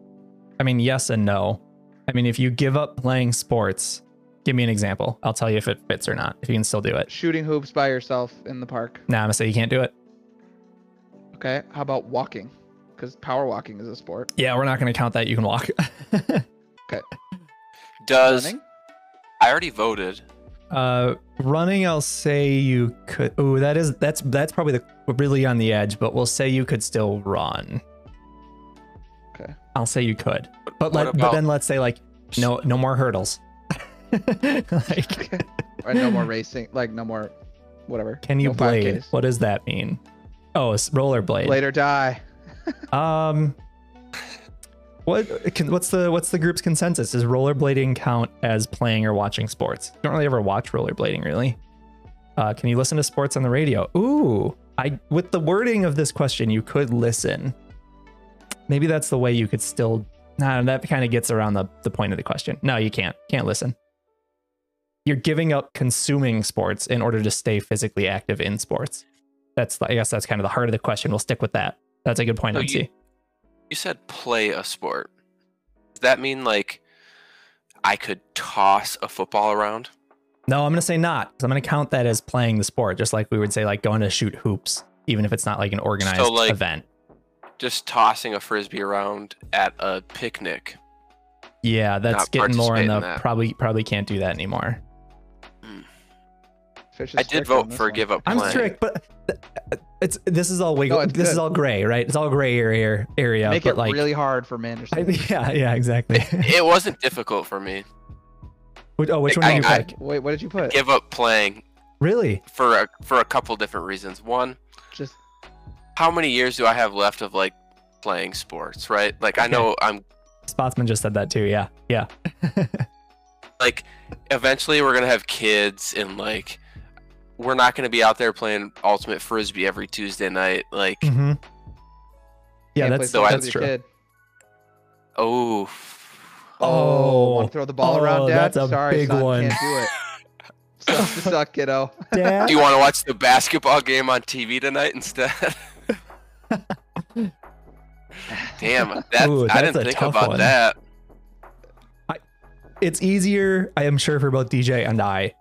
Speaker 2: I mean, yes and no. I mean, if you give up playing sports, give me an example. I'll tell you if it fits or not. If you can still do it.
Speaker 3: shooting hoops by yourself in the park?
Speaker 2: Nah, I'm gonna say you can't do it.
Speaker 3: Okay, how about walking? Because power walking is a sport.
Speaker 2: Yeah, we're not gonna count that. You can walk. <laughs>
Speaker 1: Does
Speaker 3: Running?
Speaker 1: I already voted?
Speaker 2: uh, running, I'll say you could. Ooh, that is that's that's probably the really on the edge, but we'll say you could still run.
Speaker 3: Okay.
Speaker 2: I'll say you could, but
Speaker 1: what
Speaker 2: let but
Speaker 1: about-
Speaker 2: then let's say like no no more hurdles. <laughs> like,
Speaker 3: Or no more racing, like no more, whatever.
Speaker 2: can you
Speaker 3: no
Speaker 2: blade?
Speaker 3: 5Ks.
Speaker 2: What does that mean? Oh, it's rollerblade.
Speaker 3: Blade or die.
Speaker 2: Um, what can, what's the what's the group's consensus? Does rollerblading count as playing or watching sports? Don't really ever watch rollerblading, really. Uh, can you listen to sports on the radio? Ooh, I with the wording of this question, you could listen. Maybe that's the way you could still. Nah, that kind of gets around the the point of the question. No, you can't. Can't listen. You're giving up consuming sports in order to stay physically active in sports. That's the- I guess that's kind of the heart of the question. We'll stick with that. That's a good point,
Speaker 1: So
Speaker 2: MC.
Speaker 1: you- You said play a sport. Does that mean like I could toss a football around?
Speaker 2: No, I'm gonna say not. 'cause I'm gonna count that as playing the sport, just like we would say like going to shoot hoops, even if it's not like an organized
Speaker 1: like-
Speaker 2: event.
Speaker 1: Just tossing a frisbee around at a picnic.
Speaker 2: Yeah, that's
Speaker 1: not
Speaker 2: getting more in
Speaker 1: participate
Speaker 2: the
Speaker 1: in that.
Speaker 2: probably probably can't do that anymore.
Speaker 3: Fish is
Speaker 1: I did
Speaker 3: strict on
Speaker 1: vote
Speaker 3: this
Speaker 1: for
Speaker 3: one.
Speaker 1: give up
Speaker 2: I'm
Speaker 1: playing.
Speaker 2: strict, <laughs> but th- it's this is all wiggle.
Speaker 3: No, it's
Speaker 2: this is
Speaker 3: good.
Speaker 2: all gray, right? It's all gray area area.
Speaker 3: Make
Speaker 2: but
Speaker 3: it
Speaker 2: like,
Speaker 3: really hard for
Speaker 2: I-
Speaker 3: Manderson.
Speaker 2: yeah,
Speaker 1: <laughs>
Speaker 2: yeah, exactly.
Speaker 1: It wasn't difficult for me.
Speaker 2: Which- oh, which one
Speaker 1: I-
Speaker 2: did you
Speaker 1: I-
Speaker 2: pick?
Speaker 3: Wait, what did you put?
Speaker 1: Give up playing
Speaker 2: Really?
Speaker 1: for a for a couple different reasons. One,
Speaker 3: Just
Speaker 1: how many years do I have left of like playing sports, right? Like I
Speaker 2: Okay.
Speaker 1: know I'm
Speaker 2: Spotsman just said that too. Yeah, yeah.
Speaker 1: like eventually we're gonna have kids and like we're not gonna be out there playing ultimate frisbee every Tuesday night. Like
Speaker 2: hmm Yeah,
Speaker 3: can't
Speaker 2: that's
Speaker 3: play sports
Speaker 2: that's
Speaker 3: with
Speaker 2: true.
Speaker 3: your Kid.
Speaker 1: oh
Speaker 3: Oh,
Speaker 2: Oh.
Speaker 3: want to throw the ball
Speaker 2: Oh,
Speaker 3: around, Dad?
Speaker 2: that's a
Speaker 3: Sorry,
Speaker 2: big
Speaker 3: son,
Speaker 2: one. <laughs>
Speaker 3: can't do it. Sucks to suck, kiddo.
Speaker 2: Dad,
Speaker 3: <laughs>
Speaker 1: do you wanna watch the basketball game on TV tonight instead? <laughs> Damn, that
Speaker 2: Ooh,
Speaker 1: I
Speaker 2: that's a
Speaker 1: didn't think
Speaker 2: tough
Speaker 1: about
Speaker 2: one.
Speaker 1: that.
Speaker 2: it's easier, I am sure, for both DJ and I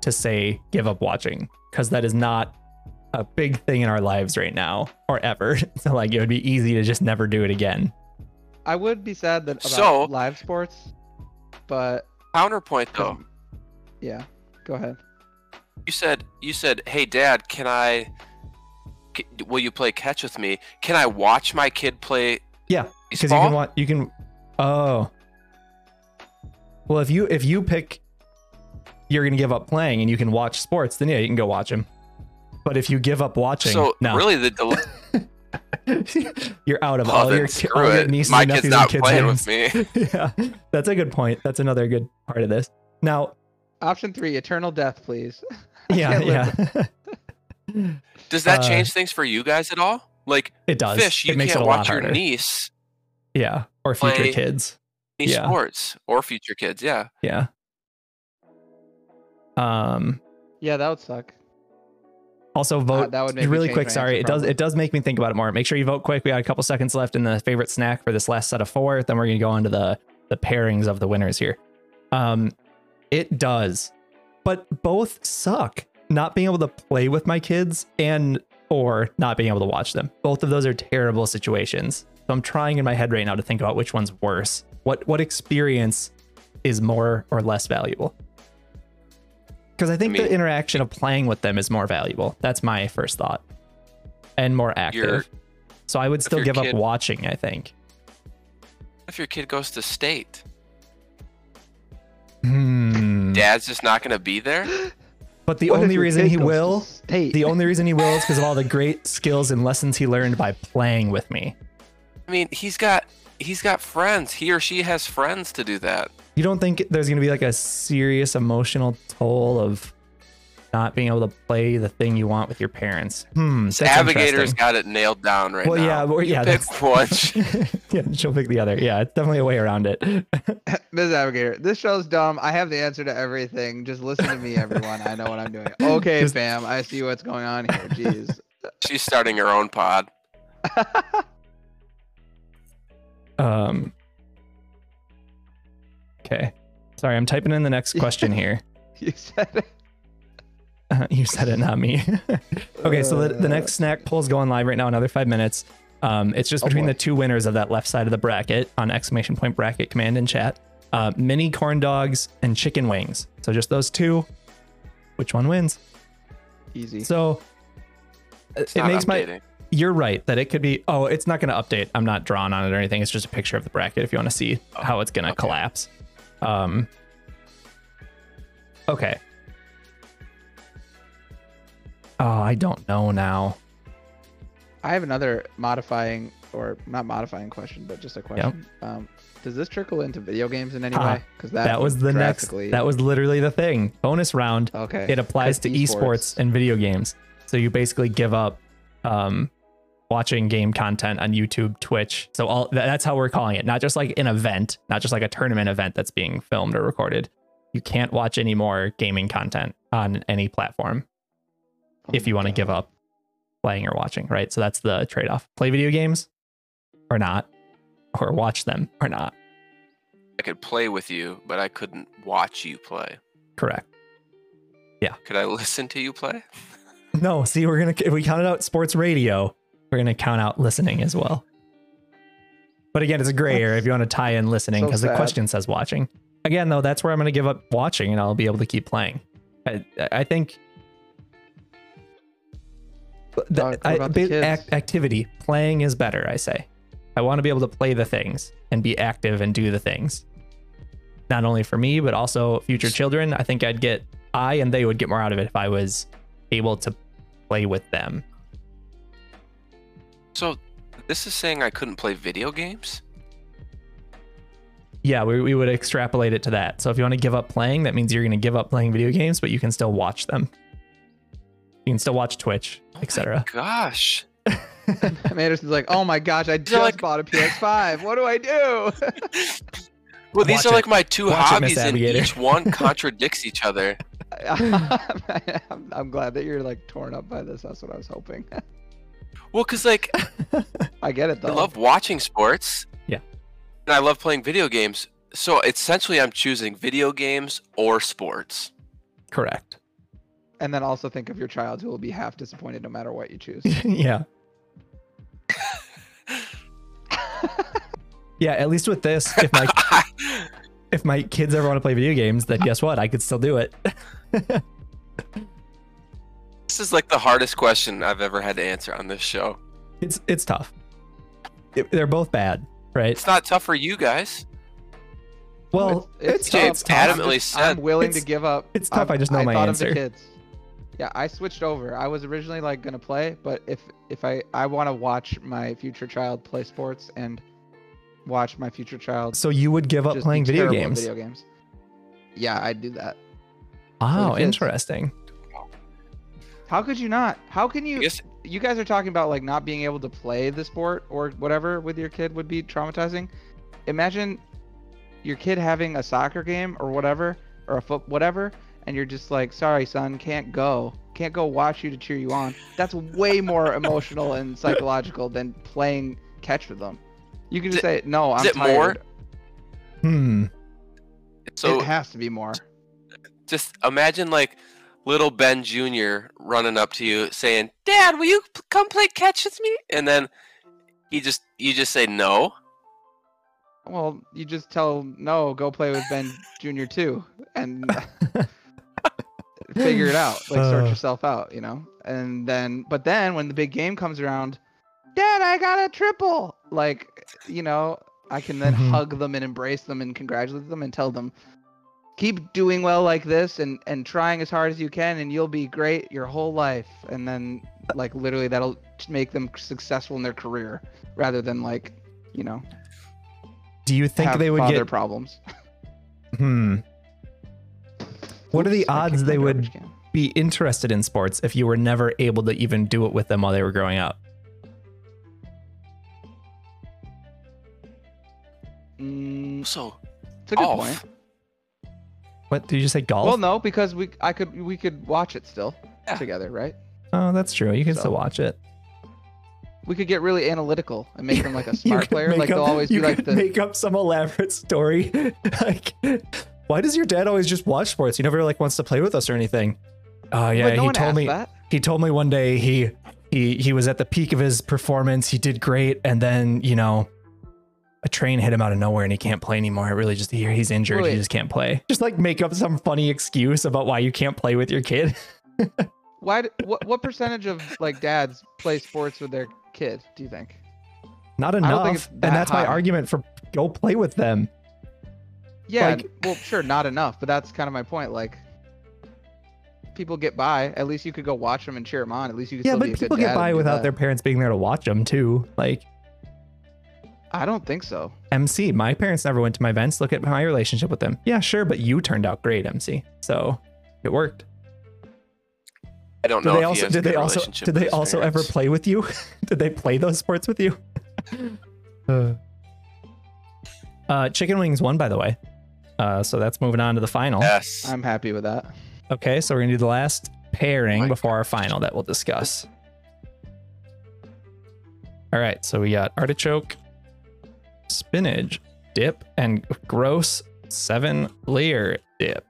Speaker 2: to say give up watching because that is not a big thing in our lives right now or ever. <laughs> So like, it would be easy to just never do it again.
Speaker 3: I would be sad that about
Speaker 1: So-
Speaker 3: live sports, but
Speaker 1: Counterpoint though.
Speaker 3: yeah, go ahead.
Speaker 1: you said you said hey dad can i c- will you play catch with me can i watch my kid play
Speaker 2: Yeah, because you
Speaker 1: baseball?
Speaker 2: can want you can. Oh, well, if you if you pick, you're gonna give up playing and you can watch sports. Then yeah, you can go watch him. But if you give up watching,
Speaker 1: so
Speaker 2: no,
Speaker 1: really
Speaker 2: <laughs>
Speaker 1: the del-
Speaker 2: you're out of
Speaker 1: oh,
Speaker 2: all
Speaker 1: then
Speaker 2: your, ki-
Speaker 1: screw
Speaker 2: all your
Speaker 1: it.
Speaker 2: nieces
Speaker 1: my
Speaker 2: and
Speaker 1: kid's
Speaker 2: nephews
Speaker 1: not
Speaker 2: and kids'
Speaker 1: playing
Speaker 2: names.
Speaker 1: with
Speaker 2: <laughs>
Speaker 1: me
Speaker 2: yeah, that's a good point. That's another good part of this. Now,
Speaker 3: <laughs> Option three, eternal death, please.
Speaker 2: yeah,
Speaker 3: can't live
Speaker 2: yeah,
Speaker 1: does that
Speaker 2: Uh,
Speaker 1: change things for you guys at all like
Speaker 2: <laughs> it does.
Speaker 1: fish you
Speaker 2: it makes
Speaker 1: can't
Speaker 2: it a lot
Speaker 1: watch your
Speaker 2: harder.
Speaker 1: niece
Speaker 2: yeah, or future
Speaker 1: play-
Speaker 2: kids.
Speaker 1: niece
Speaker 2: Yeah.
Speaker 1: sports or future kids yeah
Speaker 2: Yeah. Um.
Speaker 3: Yeah, that would suck.
Speaker 2: Also, vote
Speaker 3: Ah, that would make me
Speaker 2: really
Speaker 3: change
Speaker 2: quick.
Speaker 3: my
Speaker 2: Sorry,
Speaker 3: answer
Speaker 2: it does.
Speaker 3: probably.
Speaker 2: It does make me think about it more. Make sure you vote quick. We got a couple seconds left in the favorite snack for this last set of four. Then we're gonna go on to the the pairings of the winners here. Um, it does, but both suck. Not being able to play with my kids and or not being able to watch them. Both of those are terrible situations. So I'm trying in my head right now to think about which one's worse. What what experience is more or less valuable? Because I think
Speaker 1: mean-
Speaker 2: the interaction of playing with them is more valuable. That's my first thought, and more active.
Speaker 1: Your-
Speaker 2: so I would still
Speaker 1: your
Speaker 2: give up
Speaker 1: kid-
Speaker 2: watching. I think.
Speaker 1: if your kid goes to state
Speaker 2: Hmm.
Speaker 1: dad's just not gonna be there
Speaker 2: But the
Speaker 3: What if
Speaker 2: only
Speaker 3: your
Speaker 2: reason
Speaker 3: kid
Speaker 2: he
Speaker 3: goes to
Speaker 2: will
Speaker 3: state?
Speaker 2: The only reason he will is because of all the great skills and lessons he learned by playing with me.
Speaker 1: i mean he's got he's got friends he or she has friends to do that
Speaker 2: You don't think there's going to be like a serious emotional toll of not being able to play the thing you want with your parents? Hmm. That's
Speaker 1: navigator's
Speaker 2: interesting.
Speaker 1: got it nailed down right
Speaker 2: Well,
Speaker 1: now
Speaker 2: yeah, well,
Speaker 1: You
Speaker 2: yeah,
Speaker 1: pick
Speaker 2: that's-
Speaker 1: one
Speaker 2: <laughs> yeah, she'll pick the other. Yeah, it's definitely a way around it. <laughs>
Speaker 3: Ms. Navigator, this show's dumb. I have the answer to everything. Just listen to me, everyone. I know what
Speaker 2: <laughs>
Speaker 3: I'm doing. Okay,
Speaker 2: Just-
Speaker 3: fam. I see what's going on here. Jeez. <laughs>
Speaker 1: she's starting her own
Speaker 2: <laughs>
Speaker 1: pod
Speaker 2: Um. Okay. Sorry, I'm typing in the next question here.
Speaker 3: you said it.
Speaker 2: Uh, <laughs> you said it, not me. okay, so the, the next snack poll is going live right now. Another five minutes. Um, it's just
Speaker 3: Oh,
Speaker 2: between
Speaker 3: boy.
Speaker 2: the two winners of that left side of the bracket on exclamation point bracket command in chat. Uh, mini corn dogs and chicken wings. So just those two. Which one wins?
Speaker 3: Easy.
Speaker 2: So uh,
Speaker 1: It's
Speaker 2: it
Speaker 1: not
Speaker 2: makes my.
Speaker 1: updating.
Speaker 2: You're right that it could be. Oh, it's not going to update. I'm not drawn on it or anything. It's just a picture of the bracket if you want to see how it's going to
Speaker 1: okay.
Speaker 2: collapse. Um. Okay. Oh, I don't know now.
Speaker 3: I have another modifying or not modifying question, but just a question. Um, does this trickle into video games in any
Speaker 2: Ah,
Speaker 3: way? Because
Speaker 2: That, was the next. That was literally the thing. Bonus round.
Speaker 3: okay.
Speaker 2: It applies to
Speaker 3: 'Cause
Speaker 2: esports.
Speaker 3: esports.
Speaker 2: and video games. So you basically give up um, watching game content on YouTube, Twitch. So all tha- that's how we're calling it. Not just like an event, not just like a tournament event that's being filmed or recorded. You can't watch any more gaming content on any platform
Speaker 3: Oh
Speaker 2: if
Speaker 3: my
Speaker 2: you want to
Speaker 3: <laughs> God.
Speaker 2: give up. playing or watching, right? So that's the trade off. Play video games or not, or watch them or not.
Speaker 1: I could play with you, but I couldn't watch you play.
Speaker 2: Correct.
Speaker 1: Could I <laughs> listen to you play?
Speaker 2: No, see, we're going to, if we counted out sports radio, we're going to count out listening as well. But again, it's a gray area if you want to tie in listening
Speaker 3: So
Speaker 2: because the
Speaker 3: sad.
Speaker 2: question says watching. Again, though, that's where I'm going to give up watching and I'll be able to keep playing. I, I think. But the-
Speaker 3: Doc, what
Speaker 2: I-
Speaker 3: about the
Speaker 2: ba-
Speaker 3: kids?
Speaker 2: act- activity playing is better. I say, I want to be able to play the things and be active and do the things. Not only for me, but also future children. I think I'd get I and they would get more out of it if I was able to play with them.
Speaker 1: So, this is saying I couldn't play video games?
Speaker 2: Yeah, we, we would extrapolate it to that. So if you want to give up playing, that means you're going to give up playing video games, but you can still watch them. You can still watch Twitch, etc.
Speaker 1: Gosh.
Speaker 3: And Anderson's like, oh my gosh, I just
Speaker 1: like-
Speaker 3: bought a PS5. What do I do? <laughs>
Speaker 1: Well, these
Speaker 2: Watch
Speaker 1: are
Speaker 2: it.
Speaker 1: like my two
Speaker 2: Watch it, Miss
Speaker 1: hobbies, and
Speaker 2: Navigator.
Speaker 1: each
Speaker 2: <laughs>
Speaker 1: one contradicts each other.
Speaker 3: I'm, I'm glad that you're like torn up by this. That's what I was hoping. <laughs>
Speaker 1: Well, because, like,
Speaker 3: I get it though.
Speaker 1: I love watching sports.
Speaker 2: Yeah.
Speaker 1: And I love playing video games. So, essentially, I'm choosing video games or sports.
Speaker 2: Correct.
Speaker 3: and then also think of your child who will be half disappointed no matter what you choose.
Speaker 2: <laughs> yeah. yeah, at least with this, if my if my kids ever want to play video games, then guess what? I could still do it. <laughs>
Speaker 1: this is like the hardest question I've ever had to answer on this show.
Speaker 2: It's it's tough. It- they're both bad, right?
Speaker 1: It's not tough for you guys.
Speaker 2: Well, it's,
Speaker 3: it's-
Speaker 2: tough.
Speaker 1: James adamantly
Speaker 3: I'm
Speaker 1: said
Speaker 3: willing
Speaker 2: It's-
Speaker 3: to give up.
Speaker 2: it's tough,
Speaker 3: I'm-
Speaker 2: I just know
Speaker 3: I
Speaker 2: my
Speaker 3: thought
Speaker 2: answer.
Speaker 3: Of the kids. Yeah, I switched over. I was originally like gonna play, but if if I I want to watch my future child play sports and watch my future child
Speaker 2: So you would give up
Speaker 3: just be
Speaker 2: playing video
Speaker 3: terrible at
Speaker 2: games?
Speaker 3: Video games. Yeah, I'd do that.
Speaker 2: Wow,
Speaker 3: kids.
Speaker 2: interesting.
Speaker 3: How could you not? How can
Speaker 1: I
Speaker 3: you?
Speaker 1: guess
Speaker 3: You guys are talking about like not being able to play the sport or whatever with your kid would be traumatizing. Imagine your kid having a soccer game or whatever or a foot whatever, and you're just like, "Sorry, son, can't go. Can't go watch you to cheer you on." That's way more
Speaker 1: <laughs>
Speaker 3: emotional and psychological than playing catch with them. You can
Speaker 1: Is
Speaker 3: just say, "No, I'm
Speaker 1: is it more?
Speaker 3: tired."
Speaker 2: Hmm.
Speaker 1: so.
Speaker 3: it has to be more.
Speaker 1: just imagine like little Ben Jr. running up to you saying, "Dad, will you p- come play catch with me?" And then he just you just say no.
Speaker 3: Well, you just tell 'em, no, go play with Ben Jr. too, and figure it out, like sort
Speaker 2: Uh.
Speaker 3: yourself out, you know. And then, but then when the big game comes around, Dad, I got a triple. Like, you know, I can then
Speaker 2: Mhm.
Speaker 3: hug them and embrace them and congratulate them and tell them, keep doing well like this and and trying as hard as you can, and you'll be great your whole life. And then, like, literally, that'll make them successful in their career rather than like, you know
Speaker 2: Do you think
Speaker 3: have
Speaker 2: they would
Speaker 3: father
Speaker 2: get?
Speaker 3: problems.
Speaker 2: Hmm. <laughs> What are the
Speaker 3: Oops, I
Speaker 2: odds
Speaker 3: kicked
Speaker 2: they
Speaker 3: my
Speaker 2: would
Speaker 3: garbage can.
Speaker 2: be interested in sports if you were never able to even do it with them while they were growing up?
Speaker 3: Mm,
Speaker 1: So
Speaker 3: it's a good
Speaker 2: Oh,
Speaker 3: point.
Speaker 1: off.
Speaker 2: What did you say? Golf?
Speaker 3: Well, no, because we I could we could watch it still
Speaker 1: Yeah.
Speaker 3: together, right?
Speaker 2: Oh, that's true. You can
Speaker 3: So-
Speaker 2: still watch it.
Speaker 3: We could get really analytical and make them like a
Speaker 2: <laughs> You
Speaker 3: smart
Speaker 2: could
Speaker 3: player.
Speaker 2: make
Speaker 3: Like they'll
Speaker 2: up-
Speaker 3: always
Speaker 2: you
Speaker 3: be like
Speaker 2: could
Speaker 3: the
Speaker 2: make up some elaborate story. <laughs> like, why does your dad always just watch sports? He never like wants to play with us or anything. Oh yeah,
Speaker 3: But no
Speaker 2: he
Speaker 3: one
Speaker 2: told
Speaker 3: asked
Speaker 2: me.
Speaker 3: that.
Speaker 2: he told me one day he he he was at the peak of his performance. He did great, and then you know, a train hit him out of nowhere, and he can't play anymore. It really just here he's injured. He
Speaker 3: Wait.
Speaker 2: just can't play. Just like make up some funny excuse about why you can't play with your kid. <laughs>
Speaker 3: Why? d- What what percentage of like dads play sports with their kid? Do you think?
Speaker 2: Not
Speaker 3: think
Speaker 2: enough,
Speaker 3: it's
Speaker 2: and
Speaker 3: that
Speaker 2: that's my
Speaker 3: high.
Speaker 2: argument for go play with them.
Speaker 3: Yeah.
Speaker 2: Like-
Speaker 3: n- well, sure, not enough, but that's kind of my point. Like. People get by. At least you could go watch them and cheer them on. At least you could
Speaker 2: Yeah,
Speaker 3: still be
Speaker 2: but
Speaker 3: a good
Speaker 2: people get
Speaker 3: dad and
Speaker 2: by
Speaker 3: do
Speaker 2: without
Speaker 3: that.
Speaker 2: their parents being there to watch them too. Like
Speaker 3: I don't think so.
Speaker 2: MC, my parents never went to my events. Look at my relationship with them. Yeah, sure, but you turned out great, MC. So it worked.
Speaker 1: I don't
Speaker 2: Did
Speaker 1: know.
Speaker 2: they
Speaker 1: if he
Speaker 2: also
Speaker 1: has
Speaker 2: did
Speaker 1: a
Speaker 2: they
Speaker 1: good
Speaker 2: also
Speaker 1: relationship
Speaker 2: did
Speaker 1: with
Speaker 2: they
Speaker 1: his
Speaker 2: also ever
Speaker 1: parents.
Speaker 2: play with you? <laughs> did they play those sports with
Speaker 1: <laughs>
Speaker 2: you? uh, uh, chicken wings won, by the way. Uh, so that's moving on to the final.
Speaker 1: Yes.
Speaker 3: I'm happy with that.
Speaker 2: Okay, so we're gonna do the last pairing
Speaker 1: My
Speaker 2: before our final that we'll discuss. All right, so we got artichoke, spinach dip, and gross seven layer dip.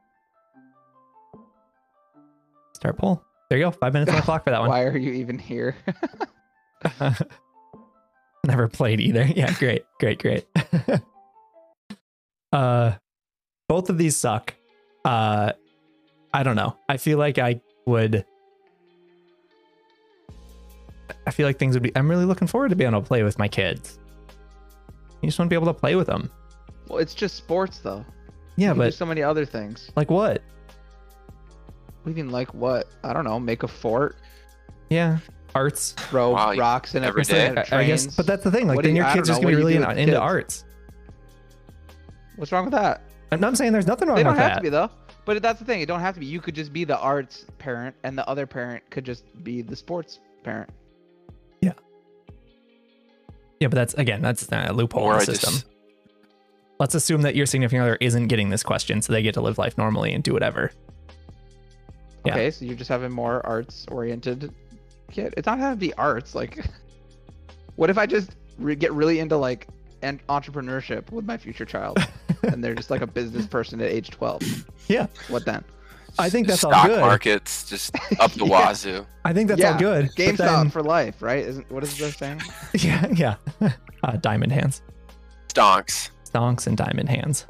Speaker 2: Start poll. There you go. Five minutes on the clock for that one.
Speaker 3: Why are you
Speaker 2: <laughs>
Speaker 3: even here?
Speaker 2: Never played either. <laughs> Yeah, great, great, great. <laughs> uh, both of these suck. Uh, I don't know. I feel like I would. I feel like things would be. I'm really looking forward to being able to play with my kids. You just want to be able to play with them.
Speaker 3: well, it's just sports though. You
Speaker 2: Yeah,
Speaker 3: can do
Speaker 2: but
Speaker 3: so many other things.
Speaker 2: like what?
Speaker 3: We can like what? I don't know. Make a fort,
Speaker 2: Yeah, arts.
Speaker 3: throw
Speaker 1: Wow, you-
Speaker 3: rocks in
Speaker 1: every
Speaker 3: every day.
Speaker 1: day?
Speaker 2: I, I guess, but that's the thing. Like,
Speaker 3: What do
Speaker 2: then
Speaker 3: you-
Speaker 2: your
Speaker 3: I don't
Speaker 2: kids are just
Speaker 3: know,
Speaker 2: gonna be
Speaker 3: what
Speaker 2: really
Speaker 3: do you
Speaker 2: in,
Speaker 3: do with
Speaker 2: into
Speaker 3: kids?
Speaker 2: arts.
Speaker 3: what's wrong with that?
Speaker 2: I'm not saying there's nothing wrong
Speaker 3: They don't
Speaker 2: with
Speaker 3: have
Speaker 2: that.
Speaker 3: to be though. But that's the thing. It don't have to be. You could just be the arts parent, and the other parent could just be the sports parent.
Speaker 2: yeah, but that's again, that's a loophole
Speaker 1: Or
Speaker 2: in
Speaker 1: I
Speaker 2: the system.
Speaker 1: just
Speaker 2: Let's assume that your significant other isn't getting this question, so they get to live life normally and do whatever. Yeah.
Speaker 3: Okay, so you're just having more arts oriented kid. It's not have to be arts. Like, <laughs> what if I just re- get really into like an entrepreneurship with my
Speaker 2: <laughs>
Speaker 3: future child, and they're just like a business person at age 12?
Speaker 2: Yeah.
Speaker 3: What then?
Speaker 2: I think that's all
Speaker 1: stock
Speaker 2: good.
Speaker 1: markets
Speaker 2: <laughs>
Speaker 1: just up the
Speaker 3: Yeah.
Speaker 1: wazoo.
Speaker 2: I think that's all
Speaker 3: Yeah,
Speaker 2: good. but
Speaker 3: GameStop
Speaker 2: then-
Speaker 3: for life, right? Isn't what is the thing?
Speaker 2: yeah, <laughs> yeah. uh, diamond hands,
Speaker 1: Stonks.
Speaker 2: stonks, and diamond hands.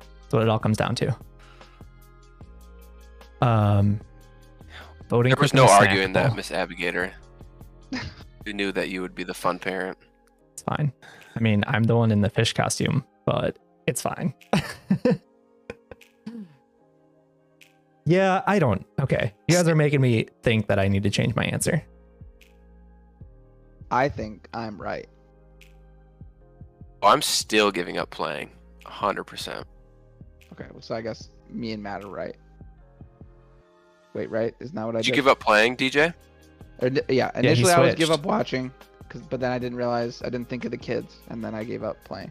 Speaker 2: That's what it all comes down to. Um, voting.
Speaker 1: There was
Speaker 2: cooking,
Speaker 1: no
Speaker 2: snack Oh,
Speaker 1: arguing that,
Speaker 2: bowl.
Speaker 1: Miss <laughs> Abigator. We knew that you would be the fun parent.
Speaker 2: It's fine. I mean, I'm the one in the fish costume, but it's fine. <laughs> yeah, I don't. Okay. You guys are making me think that I need to change my answer.
Speaker 3: I think I'm right.
Speaker 1: Oh, I'm still giving up playing. 100%.
Speaker 3: Okay, well, so I guess me and Matt are right. Wait, right? Isn't that what I
Speaker 1: Did
Speaker 3: did?
Speaker 1: you give up playing, DJ?
Speaker 3: Or di- yeah,
Speaker 2: he
Speaker 3: initially I was give
Speaker 2: switched.
Speaker 3: up watching, 'cause- but then I didn't realize I didn't think of the kids, and then I gave up playing.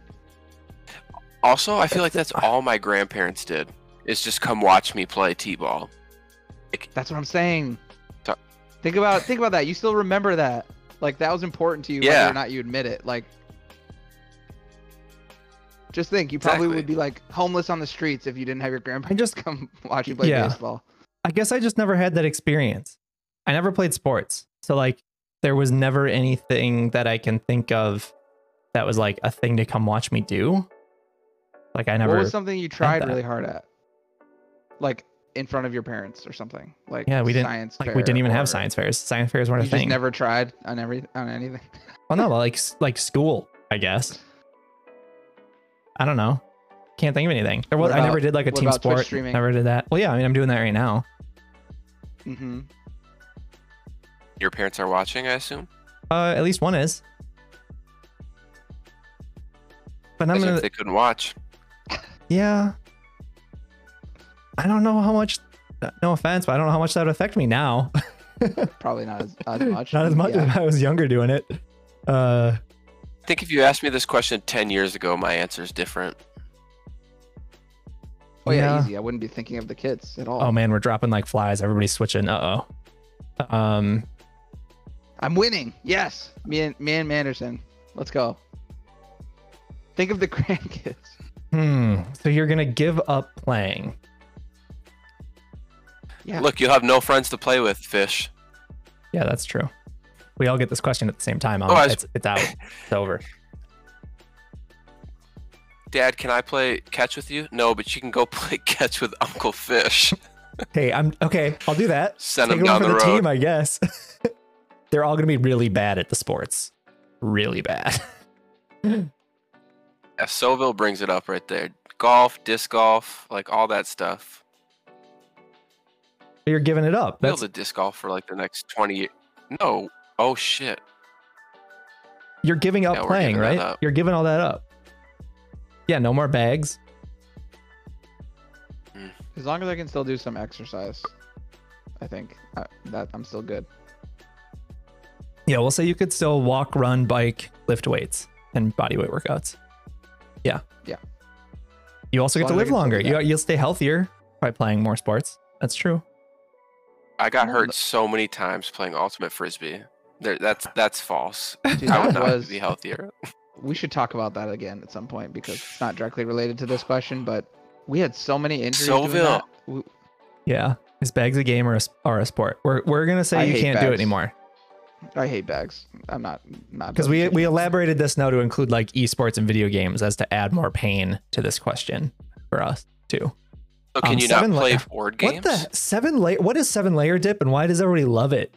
Speaker 1: Also, I feel like
Speaker 2: <laughs>
Speaker 1: that's all my grandparents did is just come watch me play T-ball.
Speaker 3: That's what I'm saying.
Speaker 1: Ta-
Speaker 3: Think about think about that. You still remember that. Like that was important to you
Speaker 1: Yeah.
Speaker 3: whether or not you admit it. Like just think, you probably
Speaker 1: Exactly.
Speaker 3: would be like homeless on the streets if you didn't have your grandpa <laughs>
Speaker 2: I just-
Speaker 3: come watch you play
Speaker 2: Yeah.
Speaker 3: baseball.
Speaker 2: I guess I just never had that experience. I never played sports. So, like, there was never anything that I can think of that was like a thing to come watch me do. Like, I
Speaker 3: What
Speaker 2: never.
Speaker 3: was something you tried
Speaker 2: that.
Speaker 3: really hard at? Like in front of your parents or something. Like
Speaker 2: Yeah, we didn't-
Speaker 3: science
Speaker 2: like, we didn't
Speaker 3: fair
Speaker 2: even
Speaker 3: or-
Speaker 2: have science fairs. Science fairs
Speaker 3: You
Speaker 2: weren't a
Speaker 3: just
Speaker 2: thing.
Speaker 3: never tried on every on anything. <laughs>
Speaker 2: Well, no, like like school, I guess. I don't know. Can't think of anything. There was,
Speaker 3: What
Speaker 2: I never
Speaker 3: about-
Speaker 2: did like a
Speaker 3: what
Speaker 2: team
Speaker 3: about Twitch
Speaker 2: sport.
Speaker 3: streaming?
Speaker 2: Never did that. Well, yeah, I mean, I'm doing that right now.
Speaker 3: hmm
Speaker 1: Your parents are watching, I assume?
Speaker 2: Uh, at least one is. But I'm
Speaker 1: As
Speaker 2: gonna,
Speaker 1: if they couldn't watch.
Speaker 2: yeah. I don't know how much. No offense, but I don't know how much that would affect me now.
Speaker 3: Probably not as,
Speaker 2: <laughs>
Speaker 3: as much.
Speaker 2: Not as much
Speaker 3: Yeah.
Speaker 2: as when I was younger doing it. Uh,
Speaker 1: I think if you asked me this question 10 years ago, my answer is different.
Speaker 3: Oh yeah,
Speaker 2: Yeah.
Speaker 3: easy. I wouldn't be thinking of the kids at all.
Speaker 2: oh man, we're dropping like flies. Everybody's switching. Uh oh. Um,
Speaker 3: I'm winning. Yes. Me and me and Manderson. Let's go. Think of the <laughs> grandkids.
Speaker 2: Hmm. So you're gonna give up playing?
Speaker 3: Yeah.
Speaker 1: Look, you'll have no friends to play with, Fish.
Speaker 2: Yeah, that's true. We all get this question at the same time.
Speaker 1: Oh, I was-
Speaker 2: it's, it's out. It's over.
Speaker 1: Dad, can I play catch with you? No, but you can go <laughs> play catch with Uncle
Speaker 2: <laughs>
Speaker 1: Fish.
Speaker 2: Hey, I'm okay. I'll do that.
Speaker 1: Send
Speaker 2: Take
Speaker 1: him down
Speaker 2: one for
Speaker 1: the,
Speaker 2: the,
Speaker 1: road.
Speaker 2: team, I guess. <laughs> They're all gonna be really bad at the sports. Really bad. <laughs>
Speaker 1: Yeah, Soville brings it up right there. Golf, disc golf, like all that stuff.
Speaker 2: you're giving it up.
Speaker 1: Build
Speaker 2: That's
Speaker 1: a disc golf for like the next 20 years. No. Oh, shit.
Speaker 2: you're giving up
Speaker 1: Yeah, we're
Speaker 2: playing,
Speaker 1: giving that
Speaker 2: right?
Speaker 1: up.
Speaker 2: You're giving all that up. Yeah, no more bags.
Speaker 3: As long as I can still do some exercise, I think I, that I'm still good.
Speaker 2: Yeah, we'll say you could still walk, run, bike, lift weights, and body weight workouts. Yeah.
Speaker 3: Yeah.
Speaker 2: You also
Speaker 3: As
Speaker 2: get to
Speaker 3: long
Speaker 2: live
Speaker 3: as I can still
Speaker 2: longer.
Speaker 3: do
Speaker 2: You,
Speaker 3: that.
Speaker 2: you'll stay healthier by playing more sports. That's true.
Speaker 1: I got
Speaker 3: Well,
Speaker 1: hurt
Speaker 3: th-
Speaker 1: so many times playing Ultimate Frisbee. There,
Speaker 2: <laughs>
Speaker 1: that's that's false. <laughs>
Speaker 3: Dude,
Speaker 1: I
Speaker 3: that
Speaker 1: would not
Speaker 3: was-
Speaker 1: be healthier.
Speaker 3: we should talk about that again at some point because it's not directly related to this question, but we had so many injuries. doing
Speaker 1: Scoville.
Speaker 3: that. We-
Speaker 2: Yeah. Is bags a game or a, s- or a sport? We're, we're going to say
Speaker 3: I
Speaker 2: you
Speaker 3: hate
Speaker 2: can't do it
Speaker 3: bags.
Speaker 2: anymore
Speaker 3: I hate bags. I'm not not
Speaker 2: because we, we elaborated this now to include like esports and video games as to add more pain to this question for us too.
Speaker 1: So can
Speaker 2: Um,
Speaker 1: you not
Speaker 2: seven la- <laughs>
Speaker 1: play board games?
Speaker 2: What the seven layer? What is seven layer dip and why does everybody love it?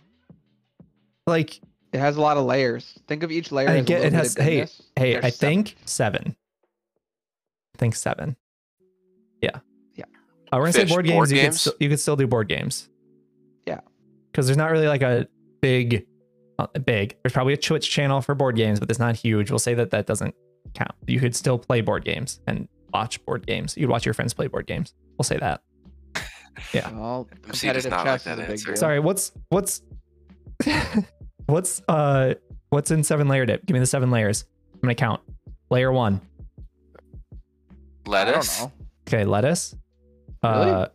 Speaker 2: Like,
Speaker 3: It has a lot of layers. Think of each layer.
Speaker 2: I
Speaker 3: as a
Speaker 2: get-
Speaker 3: little
Speaker 2: it
Speaker 3: bit
Speaker 2: has-
Speaker 3: of
Speaker 2: hey,
Speaker 3: goodness.
Speaker 2: hey,
Speaker 3: There's
Speaker 2: I
Speaker 3: seven.
Speaker 2: think seven. I think seven. Yeah.
Speaker 3: Yeah.
Speaker 2: Uh, we're gonna say
Speaker 1: Fish,
Speaker 2: board games.
Speaker 1: board
Speaker 2: you, Could
Speaker 1: games?
Speaker 2: still, you could still do board games.
Speaker 3: Yeah.
Speaker 2: Because there's not really like a big, not a big. There's probably a Twitch channel for board games, but it's not huge. We'll say that that doesn't count. You could still play board games and watch board games. You'd watch your friends play board games. We'll say that.
Speaker 3: Well,
Speaker 1: MC does
Speaker 3: competitive
Speaker 1: not like
Speaker 3: chess
Speaker 1: that
Speaker 3: is a big
Speaker 1: answer.
Speaker 3: deal.
Speaker 2: Sorry. What's what's <laughs> what's uh what's in seven layer dip? Give me the seven layers. I'm gonna count. Layer one.
Speaker 1: Lettuce.
Speaker 3: I don't know.
Speaker 2: Okay, lettuce.
Speaker 3: Really?
Speaker 2: Uh,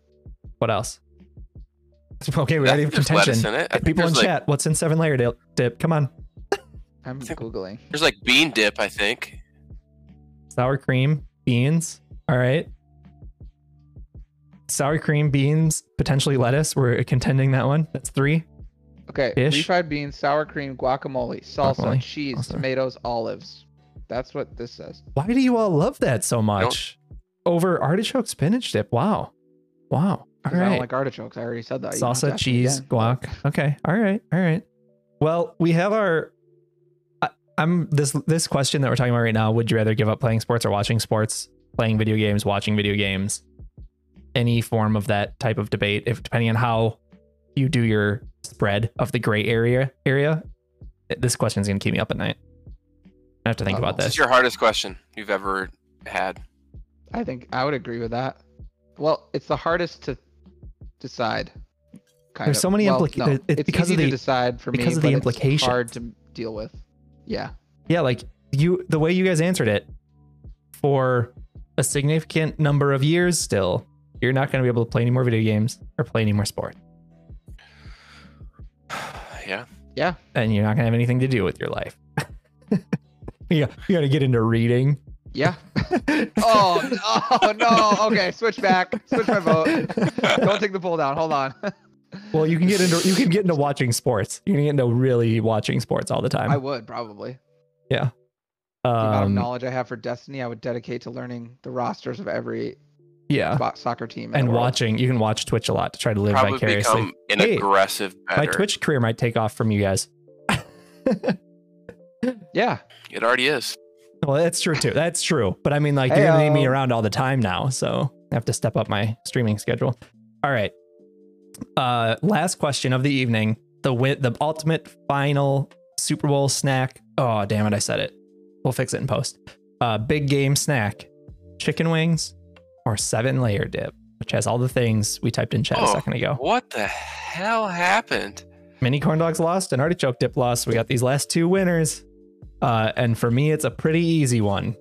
Speaker 2: what else? <laughs> Okay, we already have
Speaker 1: That's- there's lettuce
Speaker 2: contention.
Speaker 1: in it. I think
Speaker 2: People in
Speaker 1: there's, like-
Speaker 2: chat, what's in seven layer dip- dip? Come on,
Speaker 3: I'm googling.
Speaker 1: There's like bean dip, I think.
Speaker 2: sour cream, beans. All right, sour cream, beans, potentially lettuce. We're contending that one. That's three.
Speaker 3: Okay,
Speaker 2: Fish.
Speaker 3: refried beans, sour cream, guacamole, salsa,
Speaker 2: Guacamole,
Speaker 3: cheese,
Speaker 2: salsa.
Speaker 3: tomatoes, olives. That's what this says.
Speaker 2: Why do you all love that so much? Over artichoke spinach dip. Wow, wow. All
Speaker 3: 'Cause I don't
Speaker 2: right.
Speaker 3: like artichokes. I already said that. You don't have to
Speaker 2: salsa,
Speaker 3: ask me
Speaker 2: cheese,
Speaker 3: again.
Speaker 2: guac. Okay. All right. All right. Well, we have our. I, I'm this this question that we're talking about right now. Would you rather give up playing sports or watching sports? Playing video games, watching video games, any form of that type of debate. If depending on how you do your spread of the gray area area, th- this question's gonna keep me up at night. I have to think about
Speaker 3: Uh-oh.
Speaker 1: This is
Speaker 2: this.
Speaker 1: your hardest question you've ever had.
Speaker 3: I think I would agree with that. Well, it's the hardest to decide. kind
Speaker 2: There's
Speaker 3: of.
Speaker 2: so many
Speaker 3: well,
Speaker 2: implica-
Speaker 3: no,
Speaker 2: it- it-
Speaker 3: it's
Speaker 2: because
Speaker 3: easy
Speaker 2: of the-
Speaker 3: to decide for
Speaker 2: because
Speaker 3: me,
Speaker 2: of the
Speaker 3: but
Speaker 2: implications.
Speaker 3: It's hard to deal with. Yeah.
Speaker 2: Yeah, like you the way you guys answered it for a significant number of years still, you're not going to be able to play any more video games or play any more sport.
Speaker 1: yeah.
Speaker 3: Yeah.
Speaker 2: And you're not going to have anything to do with your life. <laughs> yeah, you got to get into reading. <laughs>
Speaker 3: Yeah. Oh, oh no. <laughs> Okay, switch back. Switch
Speaker 2: <laughs>
Speaker 3: my vote. Don't take the poll down. Hold on.
Speaker 2: well, you can get into you can get into watching sports. You can get into really watching sports all the
Speaker 3: I
Speaker 2: time.
Speaker 3: would probably. The amount of
Speaker 2: Um,
Speaker 3: knowledge I have for Destiny, I would dedicate to learning the rosters of every
Speaker 2: yeah,
Speaker 3: bo- soccer team. in the
Speaker 2: Uh, and
Speaker 3: world.
Speaker 2: watching. You can watch Twitch a lot to try to live
Speaker 1: Probably
Speaker 2: vicariously.
Speaker 1: become an
Speaker 2: Hey,
Speaker 1: aggressive
Speaker 2: My
Speaker 1: better.
Speaker 2: Twitch career might take off from you guys.
Speaker 3: Yeah.
Speaker 1: It already is.
Speaker 2: Well, that's true too. That's true. But I mean, like, you're gonna need me
Speaker 3: Heyo.
Speaker 2: around all the time now, so I have to step up my streaming schedule. All right. Uh, last question of the evening: the win, the ultimate final Super Bowl snack. Oh, damn it! I said it. We'll fix it in post. Uh, big game snack: chicken wings or seven layer dip, which has all the things we typed in chat a
Speaker 1: Oh.
Speaker 2: second ago.
Speaker 1: What the hell happened?
Speaker 2: Mini corn dogs lost and artichoke dip lost. We got these last two winners. Uh, and for me, it's a pretty easy one.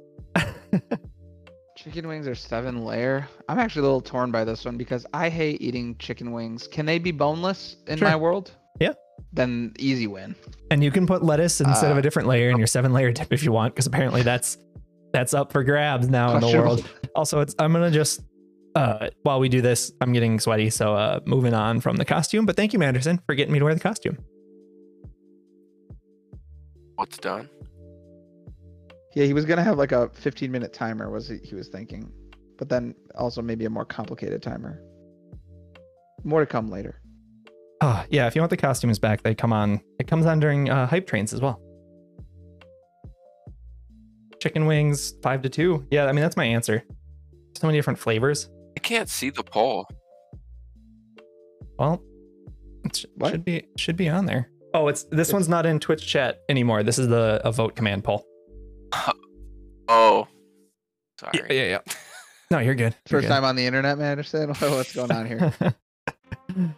Speaker 3: Chicken wings are seven layer. I'm actually a little torn by this one because I hate eating chicken wings. Can they be boneless in
Speaker 2: Sure.
Speaker 3: my world?
Speaker 2: Yeah.
Speaker 3: Then easy win.
Speaker 2: And you can put lettuce instead of
Speaker 3: Uh,
Speaker 2: a different layer in your seven layer dip if you want, because apparently that's that's up for grabs now in the
Speaker 3: Questionable.
Speaker 2: world. Also, it's I'm gonna just uh while we do this, I'm getting sweaty, so uh moving on from the costume. But thank you, Manderson, for getting me to wear the costume.
Speaker 1: What's done?
Speaker 3: Yeah, he was gonna have like a 15 minute timer. Was he, he was thinking, but then also maybe a more complicated timer. More to come later.
Speaker 2: Oh yeah, if you want the costumes back, they come on it comes on during uh hype trains as well. Chicken wings, five to two. Yeah, I mean that's my answer. So many different flavors.
Speaker 1: I can't see the poll.
Speaker 2: Well, it sh-
Speaker 3: What?
Speaker 2: should be should be on there. Oh, it's this one's not in Twitch chat anymore. This is the a vote command poll.
Speaker 1: Oh. Sorry.
Speaker 2: yeah, yeah. <laughs> No, you're good.
Speaker 3: First time on the internet, man. Anderson. <laughs> What's going on here?
Speaker 2: time.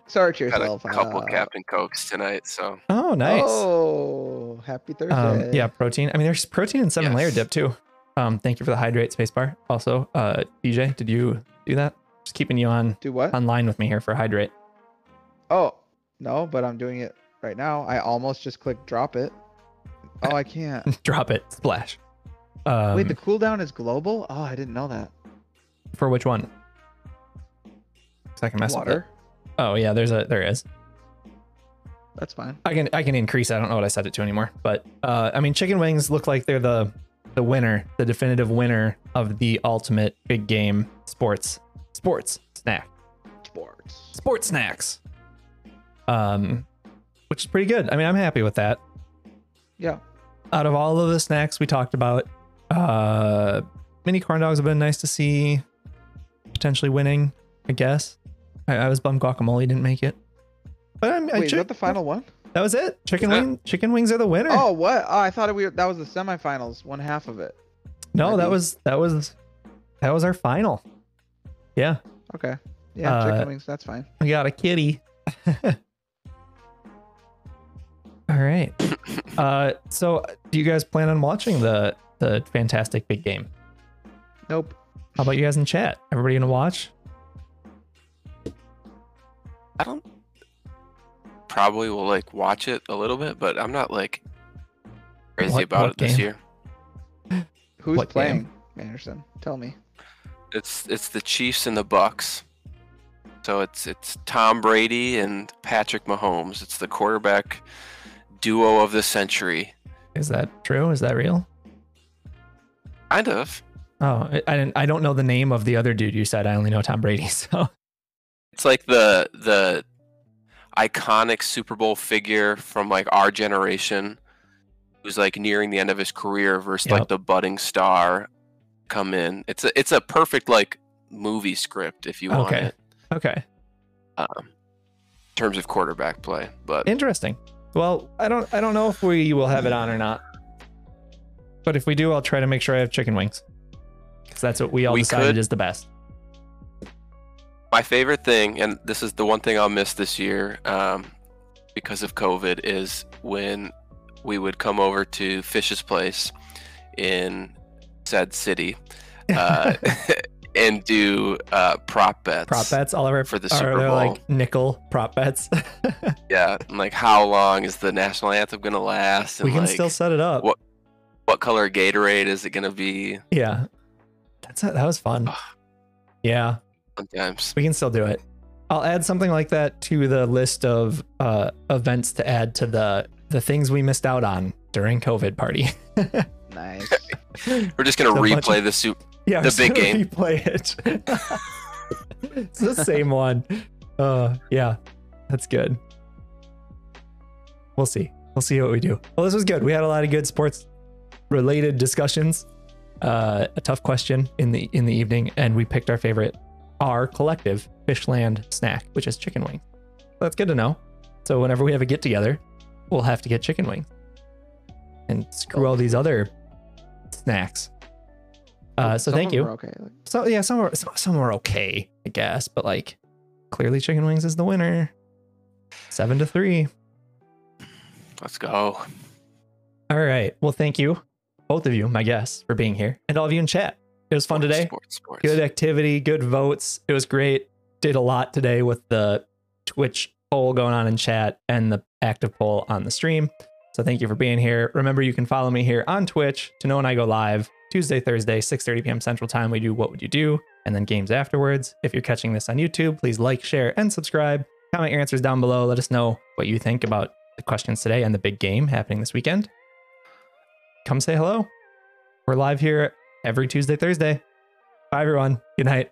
Speaker 3: Search
Speaker 1: Got a
Speaker 3: yourself.
Speaker 1: couple
Speaker 3: out.
Speaker 1: Captain Cokes tonight, so
Speaker 2: <laughs> oh, nice.
Speaker 3: Oh, happy Thursday.
Speaker 2: um, yeah, protein. I mean, there's protein in seven layer
Speaker 1: Yes.
Speaker 2: dip too. Um, thank you for the hydrate spacebar. Also, uh, DJ, did you do that? Just keeping you on
Speaker 3: Do what?
Speaker 2: on line with me here for hydrate.
Speaker 3: Oh, no, but I'm doing it right now. I almost just clicked drop it. Oh,
Speaker 2: <laughs>
Speaker 3: I
Speaker 2: <laughs>
Speaker 3: can't.
Speaker 2: Drop it. Splash. Um,
Speaker 3: Wait, the cooldown is global? Oh, I didn't know that.
Speaker 2: for which one? 'Cause I can mess with it.
Speaker 3: Water.
Speaker 2: Oh yeah, there's a there is.
Speaker 3: That's fine.
Speaker 2: I can I can increase. I don't know what I set it to anymore, but uh, I mean, chicken wings look like they're the the winner, the definitive winner of the ultimate big game sports sports snack
Speaker 3: Sports.
Speaker 2: sports snacks. Um, which is pretty good. I mean, I'm happy with that.
Speaker 3: Yeah.
Speaker 2: Out of all of the snacks we talked about, uh, mini corn dogs have been nice to see potentially winning. I guess I, I was bummed guacamole didn't make it, but I'm, I
Speaker 3: Wait, is
Speaker 2: check-
Speaker 3: that the final one?
Speaker 2: that was it. Chicken
Speaker 1: Yeah.
Speaker 2: wing, chicken wings are the winner.
Speaker 3: Oh, what? Oh, I thought we that was the semifinals, one half of it.
Speaker 2: No, that
Speaker 3: Maybe.
Speaker 2: was that was that was our final. Yeah,
Speaker 3: Okay. Yeah, chicken
Speaker 2: Uh,
Speaker 3: wings. That's fine.
Speaker 2: we got a kitty. <laughs> All right. Uh, so do you guys plan on watching the the fantastic big game?
Speaker 3: Nope.
Speaker 2: How about you guys in chat? Everybody gonna watch?
Speaker 1: I don't probably will like watch it a little bit, but I'm not like crazy
Speaker 2: What-
Speaker 1: about
Speaker 2: what
Speaker 1: it this
Speaker 2: game?
Speaker 1: year.
Speaker 3: Who's
Speaker 2: What
Speaker 3: playing?
Speaker 2: game?
Speaker 3: Anderson, tell me.
Speaker 1: It's it's the Chiefs and the Bucks. So it's it's Tom Brady and Patrick Mahomes. It's the quarterback duo of the century.
Speaker 2: Is that true? Is that real?
Speaker 1: Kind of.
Speaker 2: Oh, I, I didn't. I don't know the name of the other dude you said. I only know Tom Brady. <laughs> So
Speaker 1: It's like the the iconic Super Bowl figure from like our generation who's like nearing the end of his career versus
Speaker 2: Yep.
Speaker 1: like the budding star come in. It's a it's a perfect like movie script if you want
Speaker 2: Okay.
Speaker 1: it.
Speaker 2: okay.
Speaker 1: Um, in terms of quarterback play. But
Speaker 2: Interesting. Well, I don't I don't know if we will have it on or not. But if we do, I'll try to make sure I have chicken wings. Cuz that's what we all
Speaker 1: We
Speaker 2: decided
Speaker 1: could.
Speaker 2: is the best.
Speaker 1: my favorite thing, and this is the one thing I'll miss this year, um, because of COVID, is when we would come over to Fish's place in said city uh, and do uh, prop bets.
Speaker 2: <laughs> prop bets, all of our
Speaker 1: for the
Speaker 2: our-
Speaker 1: Super
Speaker 2: they're
Speaker 1: Bowl.
Speaker 2: like nickel prop bets.
Speaker 1: Yeah, and like how long is the national anthem gonna last? And
Speaker 2: <laughs> we can
Speaker 1: like,
Speaker 2: still set it up.
Speaker 1: what- what color Gatorade is it gonna be?
Speaker 2: Yeah. That's that was fun. yeah,
Speaker 1: Sometimes
Speaker 2: we can still do it. I'll add something like that to the list of uh events to add to the the things we missed out on during COVID party. <laughs>
Speaker 3: Nice.
Speaker 1: we're just gonna
Speaker 2: So much-
Speaker 1: replay the Super.
Speaker 2: Yeah,
Speaker 1: The
Speaker 2: <laughs> we're
Speaker 1: big
Speaker 2: gonna
Speaker 1: game.
Speaker 2: Replay it. <laughs> it's the same one. Uh, yeah, that's good. We'll see. We'll see what we do. Well, this was good. We had a lot of good sports-related discussions. Uh, a tough question in the in the evening, and we picked our favorite, our collective Fishland snack, which is chicken wings. That's good to know. So whenever we have a get together, we'll have to get chicken wings, and screw all these other snacks. <laughs> Uh, so
Speaker 3: Some
Speaker 2: thank
Speaker 3: of 'em
Speaker 2: you.
Speaker 3: are Okay. Like,
Speaker 2: So yeah, some are some, some are okay, I guess, but like clearly chicken wings is the winner. Seven to three.
Speaker 1: Let's go.
Speaker 2: All right. Well, thank you, both of you, my guests, for being here, and all of you in chat. It was fun today.
Speaker 1: Sports, sports.
Speaker 2: Good activity, good votes. It was great. Did a lot today with the Twitch poll going on in chat and the active poll on the stream. So thank you for being here. Remember, you can follow me here on Twitch to know when I go live Tuesday, Thursday, 6:30 p.m. Central Time. We do what would you do, and then games afterwards. If you're catching this on YouTube, please like, share, and subscribe. Comment your answers down below. Let us know what you think about the questions today and the big game happening this weekend. Come say hello. We're live here every Tuesday, Thursday. Bye, everyone. Good night.